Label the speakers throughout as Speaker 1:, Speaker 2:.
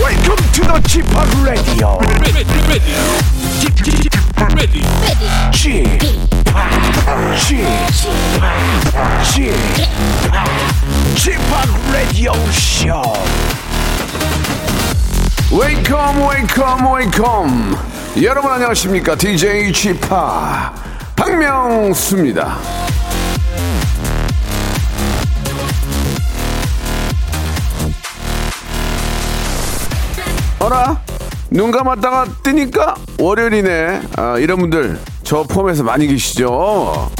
Speaker 1: Welcome to the g p o p Radio.
Speaker 2: ready, ready, ready,
Speaker 1: g p o p g p o p g p o p Radio Show. Welcome, welcome, welcome. 여러분 안녕하십니까? DJ g p o p 박명수입니다. 어라? 눈 감았다가 뜨니까 월요일이네. 아, 이런 분들 저 포함해서 많이 계시죠?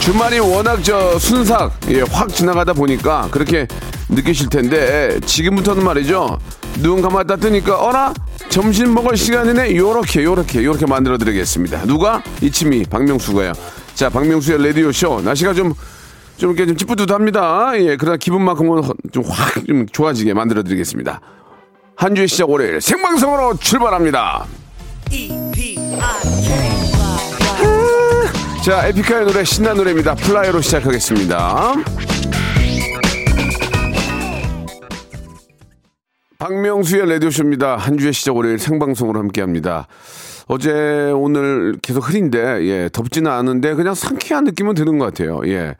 Speaker 1: 주말이 워낙 저 순삭 예, 확 지나가다 보니까 그렇게 느끼실 텐데 지금부터는 말이죠 눈 감았다 뜨니까 어라 점심 먹을 시간이네 요렇게 요렇게 요렇게 만들어 드리겠습니다 누가 이치미 박명수가요 자 박명수의 라디오 쇼 날씨가 좀 좀 이렇게 좀 찌뿌듯합니다 예 그러나 기분만큼은 좀 확 좀 좋아지게 만들어 드리겠습니다 한 주의 시작 월요일 생방송으로 출발합니다. 자, 에픽하의 노래 신난 노래입니다. 플라이로 시작하겠습니다. 박명수의 라디오쇼입니다. 한 주의 시작 월요일 생방송으로 함께합니다. 어제 오늘 계속 흐린데 예 덥지는 않은데 그냥 상쾌한 느낌은 드는 것 같아요. 예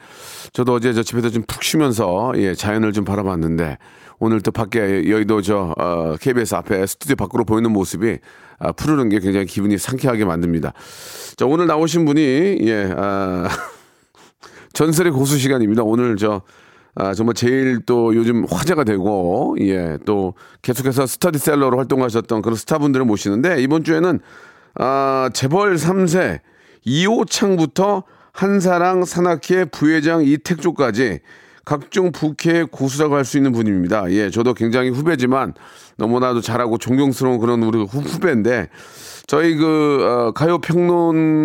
Speaker 1: 저도 어제 저 집에서 좀 푹 쉬면서 예 자연을 좀 바라봤는데 오늘 또 밖에 여의도 저 어, KBS 앞에 스튜디오 밖으로 보이는 모습이 아, 푸르른 게 굉장히 기분이 상쾌하게 만듭니다. 자 오늘 나오신 분이 예 아, 전설의 고수 시간입니다. 오늘 저 아, 정말 제일 또 요즘 화제가 되고 예 또 계속해서 스터디셀러로 활동하셨던 그런 스타분들을 모시는데 이번 주에는 아, 재벌 3세 이호창부터 한사랑 산악회 부회장 이택조까지 각종 부캐의 고수라고 할 수 있는 분입니다. 예, 저도 굉장히 후배지만 너무나도 잘하고 존경스러운 그런 우리 후- 후배인데 저희 그 어, 가요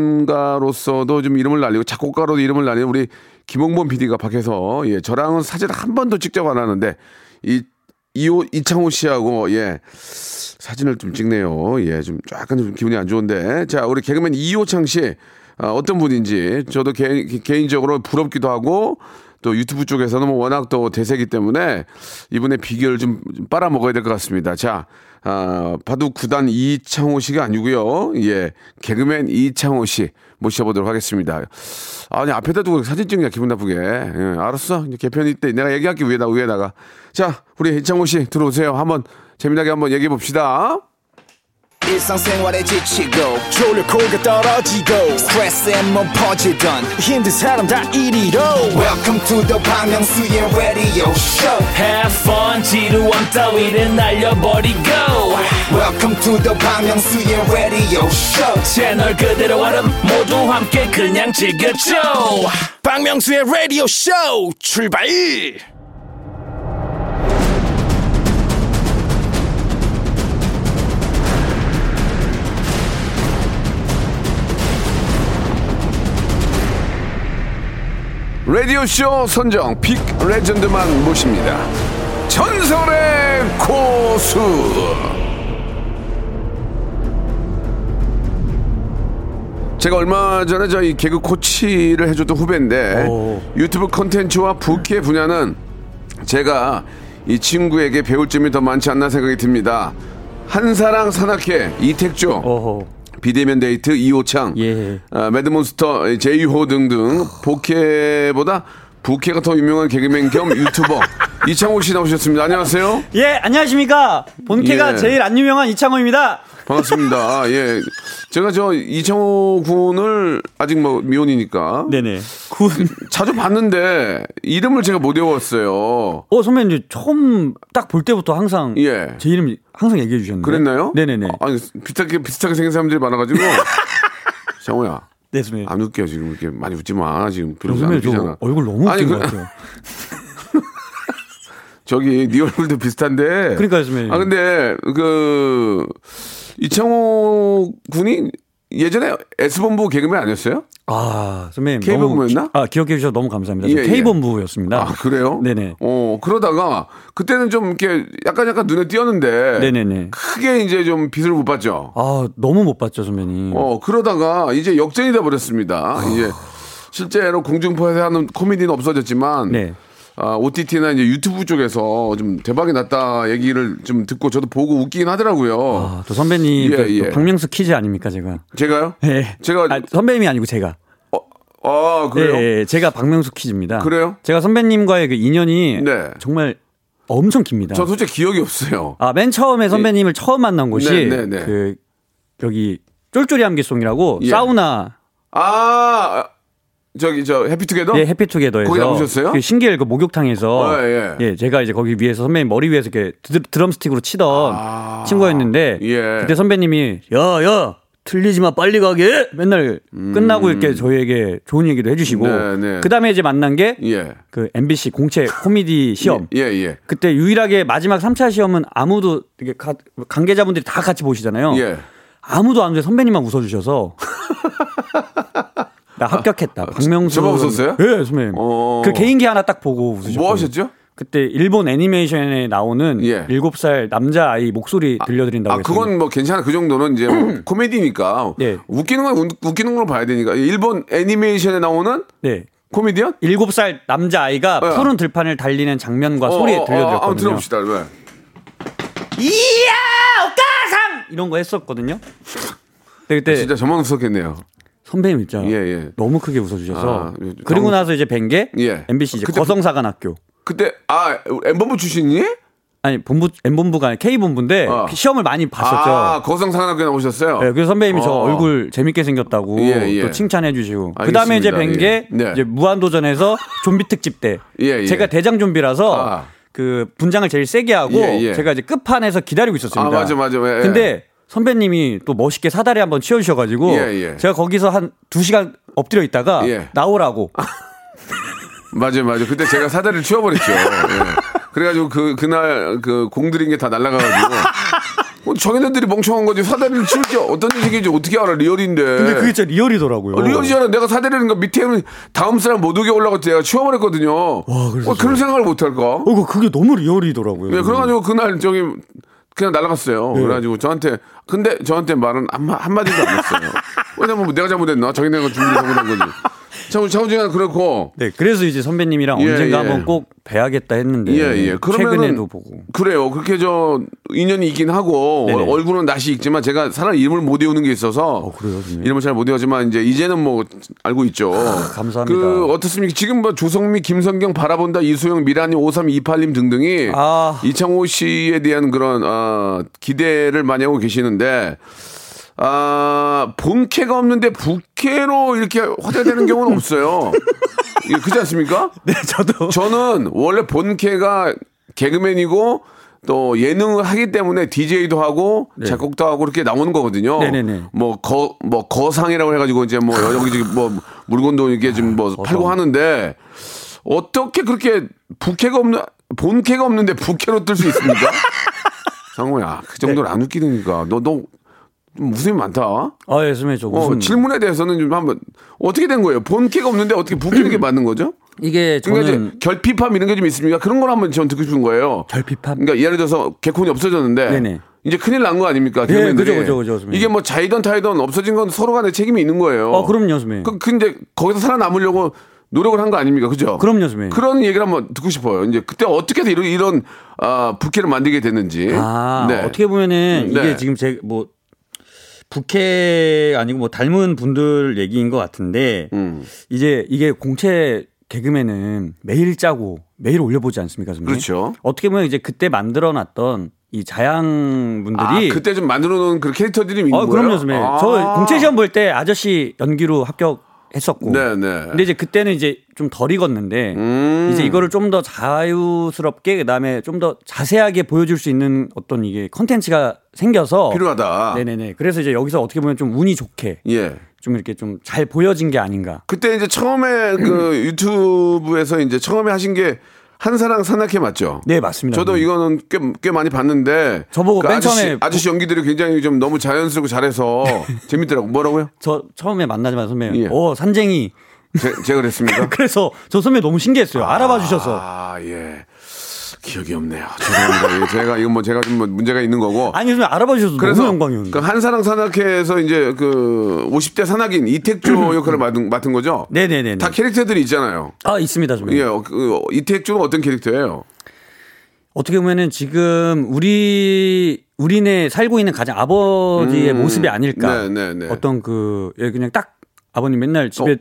Speaker 1: 평론가로서도 좀 이름을 날리고 작곡가로도 이름을 날리는 우리 김홍범 PD가 밖에서 예, 저랑은 사진 한 번도 찍자고 안 하는데 이 이호 이창호 씨하고 예 사진을 좀 찍네요. 예, 좀 약간 좀 기분이 안 좋은데 자 우리 개그맨 이호창 씨 아, 어떤 분인지 저도 개, 개인적으로 부럽기도 하고 또 유튜브 쪽에서는 뭐 워낙 또 대세기 때문에 이분의 비결 좀, 좀 빨아먹어야 될 것 같습니다. 자, 아, 바둑 구단 이창호 씨가 아니고요. 예, 개그맨 이창호 씨 모셔보도록 하겠습니다. 아니 앞에다 두고 사진 찍냐 기분 나쁘게. 예, 알았어. 이제 개편이 때 내가 얘기할게 위에다 위에다가. 자, 우리 이창호 씨 들어오세요. 한번 재미나게 한번 얘기해 봅시다.
Speaker 3: 일상생활에 지치고, 졸려 코가 떨어지고, 스트레스에 몸 퍼지던, 힘든 사람 다 이리로. welcome to the Bang Myung-soo's radio show
Speaker 2: Have fun, 지루한 따위를 날려버리고
Speaker 3: welcome to the Bang Myung-soo's radio show
Speaker 2: 채널 그대로 얼음 모두 함께 그냥 즐겨줘
Speaker 4: 박명수의 라디오 쇼 출발!
Speaker 1: 라디오 쇼 선정 빅 레전드만 모십니다. 전설의 고수. 제가 얼마 전에 저희 개그 코치를 해줬던 후배인데 유튜브 컨텐츠와 부캐 분야는 제가 이 친구에게 배울 점이 더 많지 않나 생각이 듭니다. 한사랑 산악회 이택조 비대면 데이트 이호창
Speaker 5: 예.
Speaker 1: 아, 매드몬스터 제이호 등등 부캐보다 부캐가 더 유명한 개그맨 겸 유튜버 이창호 씨 나오셨습니다. 안녕하세요.
Speaker 5: 예, 안녕하십니까. 본캐가
Speaker 1: 예.
Speaker 5: 제일 안 유명한 이창호입니다.
Speaker 1: 반갑습니다. 예. 제가 저 이창호 군을 아직 뭐 미혼이니까
Speaker 5: 네네. 군.
Speaker 1: 자주 봤는데 이름을 제가 못 외웠어요.
Speaker 5: 어, 선배님, 이제 처음 딱 볼 때부터 항상.
Speaker 1: 예.
Speaker 5: 제 이름 항상 얘기해 주셨는데.
Speaker 1: 그랬나요?
Speaker 5: 네네네.
Speaker 1: 아, 아니 비슷하게 비슷하게 생긴 사람들이 많아가지고 장호야
Speaker 5: 네, 선배님. 어,
Speaker 1: 안 웃겨 지금 이렇게 많이 웃지 마 지금 별로 안
Speaker 5: 선배님,
Speaker 1: 웃기잖아.
Speaker 5: 저 얼굴 너무
Speaker 1: 아니,
Speaker 5: 웃긴
Speaker 1: 그-
Speaker 5: 것 같아요.
Speaker 1: 저기 네 얼굴도 비슷한데.
Speaker 5: 그러니까요, 선배님.
Speaker 1: 아 근데 그 이창호 군이 예전에 S본부 개그맨 아니었어요?
Speaker 5: 아, 선배님.
Speaker 1: K본부였나?
Speaker 5: 너무 기- 아, 기억해 주셔서 너무 감사합니다.
Speaker 1: 예,
Speaker 5: 저
Speaker 1: 예.
Speaker 5: K본부였습니다.
Speaker 1: 아 그래요?
Speaker 5: 네네.
Speaker 1: 어 그러다가 그때는 좀 이렇게 약간 약간 눈에 띄었는데
Speaker 5: 네네네.
Speaker 1: 크게 이제 좀 빛을 못 봤죠.
Speaker 5: 아, 너무 못 봤죠, 선배님.
Speaker 1: 어 그러다가 이제 역전이 돼 버렸습니다. 이제 실제로 공중파에서 하는 코미디는 없어졌지만
Speaker 5: 네.
Speaker 1: 아, OTT나 이제 유튜브 쪽에서 좀 대박이 났다 얘기를 좀 듣고 저도 보고 웃기긴 하더라고요.
Speaker 5: 아, 또 선배님,
Speaker 1: 예,
Speaker 5: 또
Speaker 1: 예.
Speaker 5: 박명수 키즈 아닙니까, 제가?
Speaker 1: 제가요?
Speaker 5: 예.
Speaker 1: 제가
Speaker 5: 아, 선배님이 아니고 제가.
Speaker 1: 아 그래요?
Speaker 5: 예, 예, 제가 박명수 키즈입니다.
Speaker 1: 그래요?
Speaker 5: 제가 선배님과의 그 인연이
Speaker 1: 네.
Speaker 5: 정말 엄청 깁니다.
Speaker 1: 저 솔직히 기억이 없어요.
Speaker 5: 아, 맨 처음에 선배님을 처음 만난 곳이
Speaker 1: 네, 네, 네.
Speaker 5: 그 여기 쫄쫄이 함기송이라고
Speaker 1: 예.
Speaker 5: 사우나
Speaker 1: 아 저기 저 해피투게더?
Speaker 5: 예, 해피투게더에서
Speaker 1: 거기 나오셨어요?
Speaker 5: 그 신기일 그 목욕탕에서
Speaker 1: 아, 예.
Speaker 5: 제가 이제 거기 위에서 선배님 머리 위에서 이렇게 드, 럼스틱으로 치던 친구였는데
Speaker 1: 아, 예.
Speaker 5: 그때 선배님이 야야 틀리지 마 빨리 가게 맨날 끝나고 이렇게 저희에게 좋은 얘기도 해주시고
Speaker 1: 음. 네, 네.
Speaker 5: 그다음에 이제 만난 게
Speaker 1: 예.
Speaker 5: 그 MBC 공채 코미디 시험.
Speaker 1: 예, 예.
Speaker 5: 그때 유일하게 마지막 3차 시험은 아무도 이게 가- 관계자분들이 다 같이 보시잖아요.
Speaker 1: 예.
Speaker 5: 아무도 안 웃어요. 선배님만 웃어주셔서. 나 합격했다. 박명수.
Speaker 1: 아, 저만 웃었어요?
Speaker 5: 예, 선배님.
Speaker 1: 어.
Speaker 5: 그 개인기 하나 딱 보고 웃으셨고.
Speaker 1: 뭐 하셨죠?
Speaker 5: 그때 일본 애니메이션에 나오는
Speaker 1: 예.
Speaker 5: 7살 남자아이 목소리 들려드린다고
Speaker 1: 아, 그건 뭐 괜찮아. 그 정도는 이제 뭐 코미디니까.
Speaker 5: 네.
Speaker 1: 웃기는 건 웃- 웃기는 걸로 봐야 되니까. 일본 애니메이션에 나오는
Speaker 5: 네.
Speaker 1: 코미디언?
Speaker 5: 7살 남자아이가
Speaker 1: 예.
Speaker 5: 푸른 들판을 달리는 장면과
Speaker 1: 어,
Speaker 5: 아, 소리에
Speaker 1: 어, 어, 한번
Speaker 5: 들려드렸거든요.
Speaker 1: 들어봅시다. 네.
Speaker 5: 이야! 오가상! 이런 거 했었거든요. 근데 그때
Speaker 1: 진짜 저만 웃었겠네요.
Speaker 5: 선배님 있잖아요.
Speaker 1: 예, 예.
Speaker 5: 너무 크게 웃어주셔서
Speaker 1: 아, 예,
Speaker 5: 그리고
Speaker 1: 너무-
Speaker 5: 나서 이제 뵌 게
Speaker 1: 예.
Speaker 5: MBC 이제
Speaker 1: 그때-
Speaker 5: 거성사관학교
Speaker 1: 그때 아, 엠범부 출신이?
Speaker 5: 아니 본부 M 본부가 아니라 K 본부인데
Speaker 1: 어.
Speaker 5: 시험을 많이 봤었죠.
Speaker 1: 아, 거성상학교 나오셨어요.
Speaker 5: 예, 그래서 선배님이 저
Speaker 1: 어.
Speaker 5: 얼굴 재밌게 생겼다고
Speaker 1: 예, 예.
Speaker 5: 또 칭찬해 주시고
Speaker 1: 알겠습니다.
Speaker 5: 그 다음에 이제 뵌 게
Speaker 1: 예. 네.
Speaker 5: 이제 무한도전에서 좀비 특집 때
Speaker 1: 예, 예.
Speaker 5: 제가 대장 좀비라서
Speaker 1: 아.
Speaker 5: 그 분장을 제일 세게 하고
Speaker 1: 예, 예.
Speaker 5: 제가 이제 끝판에서 기다리고 있었습니다.
Speaker 1: 아, 맞아, 맞아. 예, 예.
Speaker 5: 근데 선배님이 또 멋있게 사다리 한번 치워주셔가지고
Speaker 1: 예, 예.
Speaker 5: 제가 거기서 한 두 시간 엎드려 있다가
Speaker 1: 예.
Speaker 5: 나오라고
Speaker 1: 맞아요, 맞아요. 그때 제가 사다리를 치워버렸죠. 예. 그래가지고 그, 그날 그 공들인 게 다 날라가가지고. 어, 정인애들이 멍청한 거지. 사다리를 치울지 어떤 인식인지 어떻게 알아, 리얼인데.
Speaker 5: 근데 그게 진짜 리얼이더라고요.
Speaker 1: 어, 리얼이잖아. 내가 사다리니까 밑에 있는 다음 사람 못 오게 올라가서 제가 치워버렸거든요.
Speaker 5: 그래서 음.
Speaker 1: 어, 그런 생각을 못 할까?
Speaker 5: 어, 그게 너무 리얼이더라고요.
Speaker 1: 예, 그래가지고 그날 저기 그냥
Speaker 5: 예.
Speaker 1: 날아갔어요. 그래가지고 저한테 근데 저한테 말은 한마, 한마디도 안 했어요. 왜냐면 뭐 내가 잘못했나? 자기 내가 준비 잘못한 거지. 참, 차우진이가 그렇고.
Speaker 5: 네, 그래서 이제 선배님이랑
Speaker 1: 예,
Speaker 5: 언젠가
Speaker 1: 예.
Speaker 5: 한번 꼭 뵈야겠다 했는데
Speaker 1: 예, 예. 그러면은
Speaker 5: 최근에도 보고
Speaker 1: 그래요. 그렇게 저 인연이 있긴 하고
Speaker 5: 네네.
Speaker 1: 얼- 얼굴은 낯이 익지만 제가 사람 이름을 못 외우는 게 있어서
Speaker 5: 그래요, 선생님? 아,
Speaker 1: 이름을 잘 못 외우지만 이제 이제는 뭐 알고 있죠.
Speaker 5: 감사합니다.
Speaker 1: 그 어떻습니까? 지금 뭐 조성미, 김성경, 바라본다, 이수영, 미라님, 5328님 등등이
Speaker 5: 아.
Speaker 1: 이창호 씨에 대한 그런 아, 기대를 많이 하고 계시는데 아, 본캐가 없는데 부캐로 이렇게 화제되는 경우는 없어요. 예, 그렇지 않습니까?
Speaker 5: 네, 저도
Speaker 1: 저는 원래 본캐가 개그맨이고 또 예능을 하기 때문에 DJ도 하고 작곡도 하고 이렇게 나오는 거거든요.
Speaker 5: 네. 네네네.
Speaker 1: 뭐 거 뭐 거상이라고 해가지고 이제 뭐 여기 지금 뭐 물건도 이게 지금 뭐 팔고 하는데 어떻게 그렇게 부캐가 없는 본캐가 없는데 부캐로 뜰 수 있습니까? 상호야 그 정도는 안 웃기니까 너 너 웃음이 많다.
Speaker 5: 아, 예, 선배님 저
Speaker 1: 어,
Speaker 5: 무슨
Speaker 1: 질문에 대해서는 좀 한번 어떻게 된 거예요? 본캐가 없는데 어떻게 부캐는 게 맞는 거죠?
Speaker 5: 이게
Speaker 1: 그러니까
Speaker 5: 저는
Speaker 1: 이제 결핍함 이런 게 좀 있습니까? 그런 걸 한번 전 듣고 싶은 거예요.
Speaker 5: 결핍함?
Speaker 1: 그러니까 예를 들어서 개콘이 없어졌는데
Speaker 5: 네네.
Speaker 1: 이제 큰일 난 거 아닙니까?
Speaker 5: 네,
Speaker 1: 개그맨들이.
Speaker 5: 그죠, 그죠, 그죠, 선생님.
Speaker 1: 이게 뭐 자이던 타이던 없어진 건 서로 간에 책임이 있는 거예요.
Speaker 5: 어, 그럼요, 선배님.
Speaker 1: 그, 근데 거기서 살아남으려고 노력을 한 거 아닙니까? 그죠?
Speaker 5: 그럼요, 선생님.
Speaker 1: 그런 얘기를 한번 듣고 싶어요. 이제 그때 어떻게 해서 이런, 이런 아, 부캐를 만들게 됐는지.
Speaker 5: 아,
Speaker 1: 네.
Speaker 5: 어떻게 보면은
Speaker 1: 네.
Speaker 5: 이게 지금 제 뭐 부캐 아니고 뭐 닮은 분들 얘기인 것 같은데
Speaker 1: 음.
Speaker 5: 이제 이게 공채 개그맨은 매일 짜고 매일 올려보지 않습니까, 선배님?
Speaker 1: 그렇죠.
Speaker 5: 어떻게 보면 이제 그때 만들어놨던 이
Speaker 1: 아,
Speaker 5: 자양분들이
Speaker 1: 그때 좀 만들어 놓은 그런 캐릭터들이 있는
Speaker 5: 어,
Speaker 1: 거예요?
Speaker 5: 그럼요, 선배님.
Speaker 1: 아.
Speaker 5: 저 공채 시험 볼 때 아저씨 연기로 합격했었고.
Speaker 1: 네, 네.
Speaker 5: 근데 이제 그때는 이제 좀 덜 익었는데
Speaker 1: 음.
Speaker 5: 이제 이거를 좀 더 자유스럽게 그다음에 좀 더 자세하게 보여줄 수 있는 어떤 이게 컨텐츠가 생겨서
Speaker 1: 필요하다.
Speaker 5: 네네네. 그래서 이제 여기서 어떻게 보면 좀 운이 좋게
Speaker 1: 예.
Speaker 5: 좀 이렇게 좀 잘 보여진 게 아닌가.
Speaker 1: 그때 이제 처음에 그 유튜브에서 이제 처음에 하신 게 한사랑 산악회 맞죠?
Speaker 5: 네 맞습니다.
Speaker 1: 저도 이거는 꽤, 꽤 많이 봤는데 그
Speaker 5: 저보고 맨
Speaker 1: 아저씨,
Speaker 5: 처음에
Speaker 1: 아저씨 연기들이 굉장히 좀 너무 자연스럽고 잘해서 재밌더라고 뭐라고요?
Speaker 5: 저 처음에 만나자마자 선배님,
Speaker 1: 예.
Speaker 5: 어 산쟁이.
Speaker 1: 제, 제가 그랬습니까?
Speaker 5: 그래서 저 선배 너무 신기했어요. 알아봐 주셔서.
Speaker 1: 아 예. 기억이 없네요. 죄송합니다. 예, 제가 이건 뭐 제가 좀뭐 문제가 있는 거고.
Speaker 5: 아니 요즘 알아봐 주셔서
Speaker 1: 그래서
Speaker 5: 너무 영광이었는데.
Speaker 1: 그 한사랑 산악회에서 이제 그 50대 산악인 이택조 역할을 맡은, 맡은 거죠.
Speaker 5: 네네네.
Speaker 1: 다 캐릭터들이 있잖아요.
Speaker 5: 아 있습니다 저는.
Speaker 1: 예, 어, 그, 어, 이택조는 어떤 캐릭터예요?
Speaker 5: 어떻게 보면은 지금 우리 우리네 살고 있는 가장 아버지의
Speaker 1: 음.
Speaker 5: 모습이 아닐까.
Speaker 1: 네, 네, 네.
Speaker 5: 어떤 그 예, 그냥 딱 아버님 맨날 집에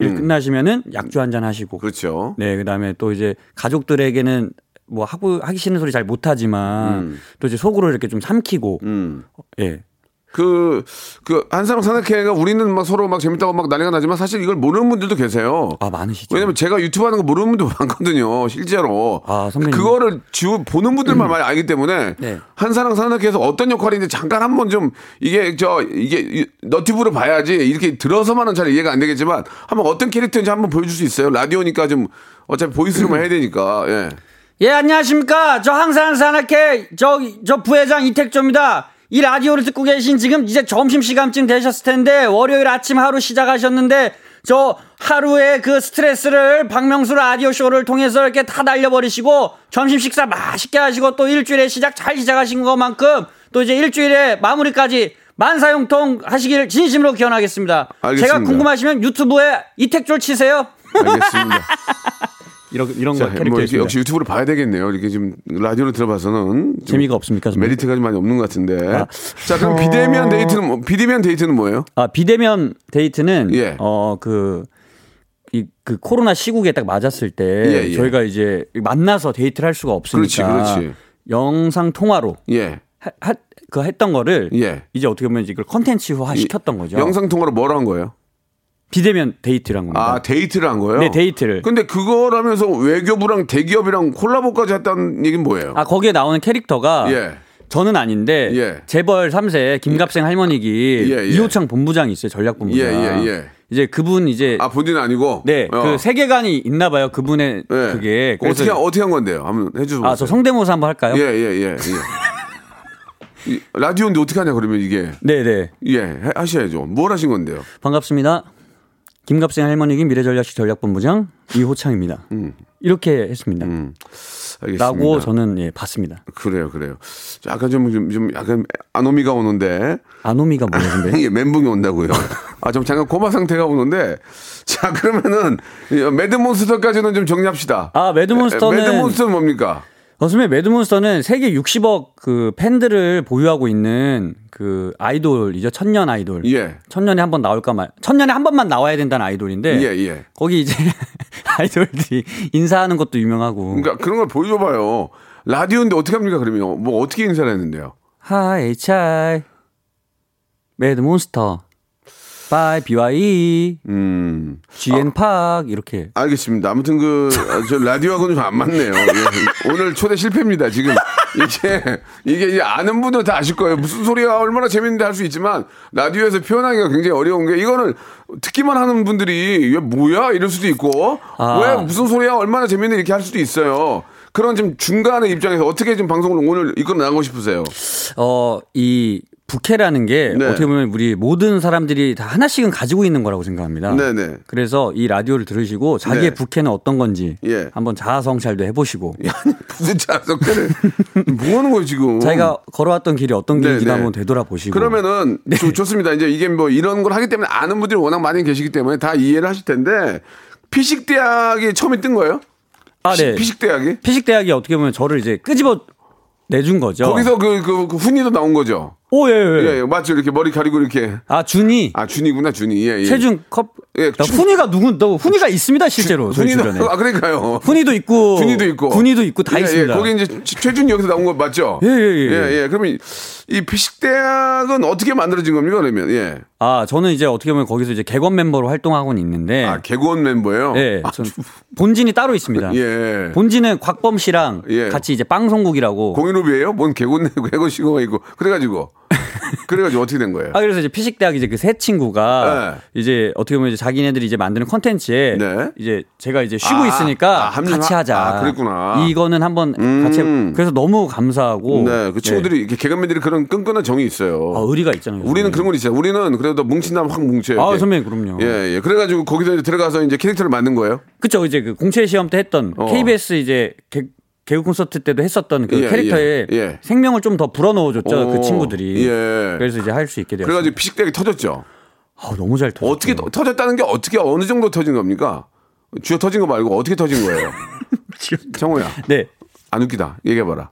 Speaker 5: 일 끝나시면은 약주 한 잔 하시고.
Speaker 1: 음, 그렇죠.
Speaker 5: 네, 그다음에 또 이제 가족들에게는 뭐 하고 하기 싫은 소리 잘 못하지만 또 이제 속으로 이렇게 좀 삼키고
Speaker 1: 음.
Speaker 5: 예
Speaker 1: 그, 그, 한사랑 산악회가 우리는 막 서로 막 재밌다고 막 난리가 나지만 사실 이걸 모르는 분들도 계세요.
Speaker 5: 아 많으시죠.
Speaker 1: 왜냐면 제가 유튜브 하는 거 모르는 분도 많거든요, 실제로.
Speaker 5: 아, 선배님. 음.
Speaker 1: 그거를 지우, 보는 분들만 많이 알기 때문에.
Speaker 5: 네.
Speaker 1: 한사랑 산악회에서 어떤 역할인지 잠깐 한번 좀, 이게, 저, 이게, 이- 너튜브로 봐야지, 이렇게 들어서만은 잘 이해가 안 되겠지만, 한번 어떤 캐릭터인지 한번 보여줄 수 있어요. 라디오니까 좀, 어차피
Speaker 5: 음.
Speaker 1: 보이스로만 해야 되니까, 예.
Speaker 5: 예, 안녕하십니까. 저 항상 산악회 저, 저 부회장 이택조입니다. 이 라디오를 듣고 계신 지금 이제 점심시간쯤 되셨을 텐데, 월요일 아침 하루 시작하셨는데, 저 하루의 그 스트레스를 박명수 라디오쇼를 통해서 이렇게 다 날려버리시고, 점심 식사 맛있게 하시고, 또 일주일의 시작 잘 시작하신 것만큼, 또 이제 일주일의 마무리까지 만사용통 하시길 진심으로 기원하겠습니다.
Speaker 1: 알겠습니다.
Speaker 5: 제가 궁금하시면 유튜브에 이택조 치세요.
Speaker 1: 알겠습니다.
Speaker 5: 이런, 이런
Speaker 1: 자, 뭐 이렇게 역시 유튜브를 봐야 되겠네요. 이렇게 지금 라디오를 들어봐서는 좀
Speaker 5: 재미가 없습니까, 선배님?
Speaker 1: 메리트가 좀 많이 없는 것 같은데.
Speaker 5: 아.
Speaker 1: 자, 그럼 비대면 데이트는 뭐, 비대면 데이트는 뭐예요?
Speaker 5: 아 비대면 데이트는
Speaker 1: 예.
Speaker 5: 어그 이, 그 코로나 시국에 딱 맞았을 때
Speaker 1: 예, 예.
Speaker 5: 저희가 이제 만나서 데이트를 할 수가 없으니까
Speaker 1: 그렇지, 그렇지.
Speaker 5: 영상 통화로
Speaker 1: 예.
Speaker 5: 하, 하- 그 했던 거를
Speaker 1: 예.
Speaker 5: 이제 어떻게 보면 이제 그걸 컨텐츠화 시켰던 거죠.
Speaker 1: 영상 통화로 뭐라 한 거예요?
Speaker 5: 비대면 데이트란 겁니다.
Speaker 1: 아, 데이트를 한 거예요? 그렇죠.
Speaker 5: 네, 데이트를.
Speaker 1: 근데 그거라면서 외교부랑 대기업이랑 콜라보까지 했다는 얘기는 뭐예요?
Speaker 5: 아 거기에 나오는 캐릭터가
Speaker 1: 예.
Speaker 5: 저는 아닌데
Speaker 1: 예.
Speaker 5: 재벌 3세 김갑생 할머니기
Speaker 1: 예, 예.
Speaker 5: 이호창 본부장이 있어요 전략본부장.
Speaker 1: 예, 예, 예.
Speaker 5: 이제 그분 이제
Speaker 1: 아, 본인은 아니고?
Speaker 5: 네,
Speaker 1: 어.
Speaker 5: 그 세계관이 있나 봐요. 그분의
Speaker 1: 예.
Speaker 5: 그게.
Speaker 1: 어떻게, 어떻게 한 건데요? 한번 해주세요.
Speaker 5: 아, 저 성대모사 한번 할까요?
Speaker 1: 예, 예, 예. 예. 이, 라디오인데 어떻게 하냐, 그러면 이게.
Speaker 5: 네, 네.
Speaker 1: 예, 해- 하셔야죠. 뭘 하신 건데요?
Speaker 5: 반갑습니다. 김갑생 할머니기 미래전략실 전략본부장 이호창입니다.
Speaker 1: 음.
Speaker 5: 이렇게 했습니다.
Speaker 1: 알겠습니다.
Speaker 5: 라고 저는 예, 봤습니다.
Speaker 1: 그래요, 그래요. 약간 좀, 좀, 좀 약간 아노미가 오는데,
Speaker 5: 아노미가 뭐였는데?
Speaker 1: 예, 멘붕이 온다고요. 아, 좀 잠깐 코마 상태가 오는데, 자, 그러면은, 이 매드몬스터까지는 좀 정리합시다.
Speaker 5: 아, 매드몬스터는
Speaker 1: 예, 매드몬스터는 뭡니까?
Speaker 5: 어스맨 매드몬스터는 세계 60억 그 팬들을 보유하고 있는 그 아이돌이죠. 천년 아이돌.
Speaker 1: 예.
Speaker 5: 천년에 한 번 나올까 말. 천년에 한 번만 나와야 된다는 아이돌인데
Speaker 1: 예, 예.
Speaker 5: 거기 이제 아이돌들이 인사하는 것도 유명하고
Speaker 1: 그러니까 그런 걸 보여줘봐요. 라디오인데 어떻게 합니까, 그러면? 뭐 어떻게 인사를 했는데요?
Speaker 5: 하이 HI 매드몬스터 바이 BYE E.
Speaker 1: 음,
Speaker 5: GN팍 이렇게
Speaker 1: 알겠습니다. 아무튼 그, 아, 저 라디오하고는 좀 안 맞네요. 예. 오늘 초대 실패입니다, 지금. 이게, 이게 이제 아는 분들은 다 아실 거예요. 무슨 소리야, 얼마나 재밌는데 할 수 있지만, 라디오에서 표현하기가 굉장히 어려운 게, 이거는 듣기만 하는 분들이, 왜 뭐야? 이럴 수도 있고,
Speaker 5: 아.
Speaker 1: 왜 무슨 소리야, 얼마나 재밌는데 이렇게 할 수도 있어요. 그런 좀 중간의 입장에서 어떻게 좀 방송을 오늘 이끌어 나가고 싶으세요?
Speaker 5: 어 이 부캐라는 게
Speaker 1: 네.
Speaker 5: 어떻게 보면 우리 모든 사람들이 다 하나씩은 가지고 있는 거라고 생각합니다.
Speaker 1: 네네.
Speaker 5: 그래서 이 라디오를 들으시고 자기의
Speaker 1: 네.
Speaker 5: 부캐는 어떤 건지
Speaker 1: 예.
Speaker 5: 한번 자아 성찰도 해보시고
Speaker 1: 아니, 무슨 자석들을. 뭐 하는 거예요, 지금?
Speaker 5: 자기가 걸어왔던 길이 어떤 길인지
Speaker 1: 네네.
Speaker 5: 도 한번 되돌아보시고 네.
Speaker 1: 그러면은 좋- 좋습니다. 이제 이게 뭐 이런 걸 하기 때문에 아는 분들이 워낙 많이 계시기 때문에 다 이해를 하실 텐데 피식 대학이 처음에 뜬 거예요?
Speaker 5: 아
Speaker 1: 피-
Speaker 5: 네.
Speaker 1: 피식 대학이?
Speaker 5: 피식 대학이 어떻게 보면 저를 이제 끄집어 내준 거죠.
Speaker 1: 거기서 그, 그, 그 훈이도 나온 거죠.
Speaker 5: 오예 예.
Speaker 1: 예, 예, 맞죠. 이렇게 머리 가리고 이렇게.
Speaker 5: 아 준이
Speaker 1: 아, 준이구나, 준이. 예, 예.
Speaker 5: 최준 컵.
Speaker 1: 예,
Speaker 5: 나
Speaker 1: 춘-
Speaker 5: 훈이가 누군? 너 훈이가 있습니다 실제로 저희
Speaker 1: 훈이도,
Speaker 5: 주변에.
Speaker 1: 아, 그러니까요.
Speaker 5: 훈이도 있고,
Speaker 1: 준이도 있고.
Speaker 5: 군이도 있고 다
Speaker 1: 예,
Speaker 5: 있습니다.
Speaker 1: 예, 거기 이제 최- 최준이 여기서 나온 거 맞죠?
Speaker 5: 예, 예, 예, 예.
Speaker 1: 예, 예. 그러면 이 피식 대학은 어떻게 만들어진 겁니까, 그러면? 예.
Speaker 5: 아 저는 이제 어떻게 보면 거기서 이제 개건 멤버로 활동하고는 있는데,
Speaker 1: 아, 개그원 멤버예요?
Speaker 5: 예,
Speaker 1: 아,
Speaker 5: 전 본진이 따로 있습니다.
Speaker 1: 예.
Speaker 5: 본진은 곽범 씨랑
Speaker 1: 예.
Speaker 5: 같이 이제 빵송국이라고.
Speaker 1: 공인호비예요? 뭔 개곤 개고시고가 있고 그래가지고 그래가지고 어떻게 된 거예요?
Speaker 5: 아 그래서 이제 피식대학 이제 그 세 친구가 이제 어떻게 보면 이제 자기네들이 이제 만드는 컨텐츠에
Speaker 1: 예. 네.
Speaker 5: 이제 제가 이제 쉬고
Speaker 1: 아,
Speaker 5: 있으니까
Speaker 1: 아, 합류하-
Speaker 5: 같이 하자.
Speaker 1: 아, 그랬구나.
Speaker 5: 이거는 한번
Speaker 1: 음.
Speaker 5: 같이 해- 그래서 너무 감사하고 예.
Speaker 1: 네, 그 친구들이 이렇게 개그맨들이 그런 끈끈한 정이 있어요.
Speaker 5: 아, 의리가 있잖아요.
Speaker 1: 우리는
Speaker 5: 선생님.
Speaker 1: 그런 건 있어요. 우리는 그래도 뭉친 다음 확 뭉쳐요.
Speaker 5: 아,
Speaker 1: 이렇게.
Speaker 5: 선배님, 그럼요.
Speaker 1: 예, 예. 그래가지고 거기서 이제 들어가서 이제 캐릭터를 만든 거예요.
Speaker 5: 그쵸 이제 그 공채 시험 때 했던
Speaker 1: 어.
Speaker 5: KBS 이제 개, 개그 콘서트 때도 했었던 그
Speaker 1: 예,
Speaker 5: 캐릭터에
Speaker 1: 예, 예.
Speaker 5: 생명을 좀 더 불어넣어줬죠.
Speaker 1: 오,
Speaker 5: 그 친구들이.
Speaker 1: 예.
Speaker 5: 그래서 이제 할 수 있게 됐어요.
Speaker 1: 그래가지고 피식대기 터졌죠.
Speaker 5: 아, 너무 잘 터졌어요.
Speaker 1: 어떻게 터- 터졌다는 게 어떻게 어느 정도 터진 겁니까? 쥐어 터진 거 말고 어떻게 터진 거예요? 정우야
Speaker 5: 네.
Speaker 1: 안 웃기다 얘기해봐라.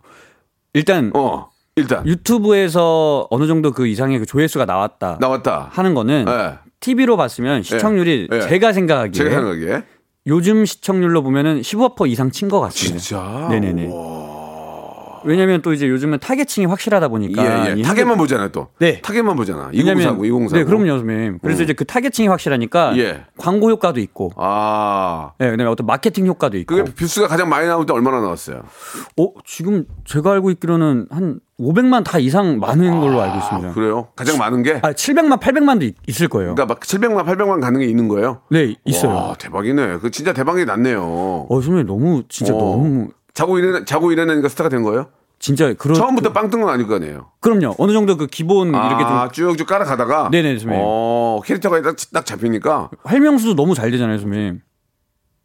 Speaker 5: 일단
Speaker 1: 어 일단
Speaker 5: 유튜브에서 어느 정도 그 이상의 그 조회수가 나왔다
Speaker 1: 나왔다.
Speaker 5: 하는 거는
Speaker 1: 예.
Speaker 5: TV로 봤으면 시청률이
Speaker 1: 예.
Speaker 5: 제가 생각하기에
Speaker 1: 제가 생각하기에
Speaker 5: 요즘 시청률로 보면은 15% 이상 친 것 같습니다.
Speaker 1: 진짜
Speaker 5: 네네네. 왜냐면 또 이제 요즘은 타겟층이 확실하다 보니까
Speaker 1: 예예
Speaker 5: 이
Speaker 1: 타겟만 보잖아요 또.
Speaker 5: 네.
Speaker 1: 타겟만 보잖아.
Speaker 5: 왜냐면
Speaker 1: 2049 2049.
Speaker 5: 네, 그럼요, 선생님. 그래서 이제 그 타겟층이 확실하니까
Speaker 1: 음. 예.
Speaker 5: 광고 효과도 있고
Speaker 1: 아
Speaker 5: 네, 그다음에 어떤 마케팅 효과도 있고.
Speaker 1: 그게 뷰수가 가장 많이 나올 때 얼마나 나왔어요?
Speaker 5: 어, 지금 제가 알고 있기로는 한 500만 다 이상 많은 걸로 알고 있습니다.
Speaker 1: 아, 그래요? 가장 많은 게
Speaker 5: 아, 700만, 800만도 있- 있을 거예요.
Speaker 1: 그러니까 막 700만 800만 가는 게 있는 거예요?
Speaker 5: 네, 있어요.
Speaker 1: 와, 대박이네. 그 진짜 대박이 났네요.
Speaker 5: 어, 선생님 너무 진짜
Speaker 1: 어.
Speaker 5: 너무
Speaker 1: 자고 일어나 자고 일어나니까 스타가 된 거예요?
Speaker 5: 진짜 그런
Speaker 1: 처음부터 빵 뜬 건 아닐 거 아니에요.
Speaker 5: 그럼요. 어느 정도 그 기본 그렇죠. 이렇게 좀
Speaker 1: 아, 쭉쭉 깔아가다가
Speaker 5: 네네, 선생님.
Speaker 1: 어, 캐릭터가 딱, 딱 잡히니까
Speaker 5: 활명수도 너무 잘 되잖아요, 선생님.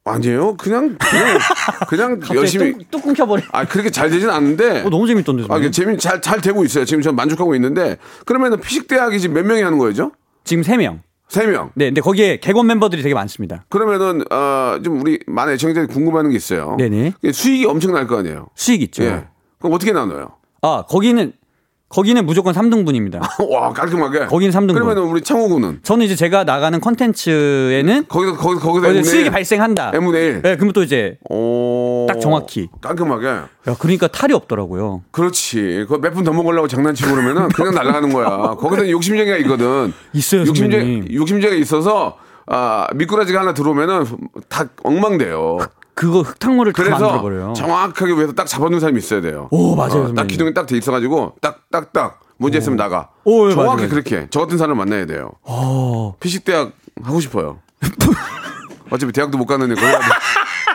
Speaker 1: 아니에요. 그냥 그냥 그냥
Speaker 5: 갑자기
Speaker 1: 열심히
Speaker 5: 뚝, 뚝 끊겨버려.
Speaker 1: 아, 그렇게 잘 되진 않는데
Speaker 5: 어, 너무 재밌던데,
Speaker 1: 아,
Speaker 5: 선생님.
Speaker 1: 이게 재미 잘, 잘 되고 있어요. 지금 전 만족하고 있는데 그러면은 피식 대학이 지금 몇 명이 하는 거죠?
Speaker 5: 지금 3명.
Speaker 1: 세 명.
Speaker 5: 네, 근데 거기에 객원 멤버들이 되게 많습니다.
Speaker 1: 그러면은 어좀 우리 많은 애청자들이 궁금하는 게 있어요.
Speaker 5: 네네.
Speaker 1: 이게 수익이 엄청 날 거 아니에요.
Speaker 5: 수익 있죠.
Speaker 1: 예. 그럼 어떻게 나눠요?
Speaker 5: 아, 거기는 거기는 무조건 3등분입니다.
Speaker 1: 와 깔끔하게.
Speaker 5: 거긴 삼등분.
Speaker 1: 그러면은 우리 창호군은
Speaker 5: 저는 이제 제가 나가는 컨텐츠에는
Speaker 1: 거기서 거기서 거기서
Speaker 5: 거기서
Speaker 1: M&A.
Speaker 5: 수익이 발생한다.
Speaker 1: M&A. 일.
Speaker 5: 네, 그럼 또 이제
Speaker 1: 오.
Speaker 5: 딱 정확히.
Speaker 1: 깔끔하게.
Speaker 5: 야, 그러니까 탈이 없더라고요.
Speaker 1: 그렇지. 그거 몇 푼 더 먹으려고 장난치고 그러면은 그냥 날아가는 거야. 거기서 욕심쟁이가 있거든.
Speaker 5: 있어요,
Speaker 1: 욕심쟁
Speaker 5: 선배님.
Speaker 1: 욕심쟁이가 있어서 아 미꾸라지가 하나 들어오면은 다 엉망돼요.
Speaker 5: 그거 흙탕물을 다 만들어
Speaker 1: 그래서
Speaker 5: 버려요.
Speaker 1: 정확하게 위해서 딱 잡아놓은 사람이 있어야 돼요.
Speaker 5: 오, 맞아요,
Speaker 1: 어, 딱
Speaker 5: 선배님.
Speaker 1: 기둥이 딱 돼 있어가지고 딱 딱 딱 문제 있으면 나가.
Speaker 5: 오, 예,
Speaker 1: 정확히
Speaker 5: 맞아요.
Speaker 1: 그렇게 저 같은 사람 만나야 돼요.
Speaker 5: 어.
Speaker 1: 피식 대학 하고 싶어요. 어차피 대학도 못 가는데 거기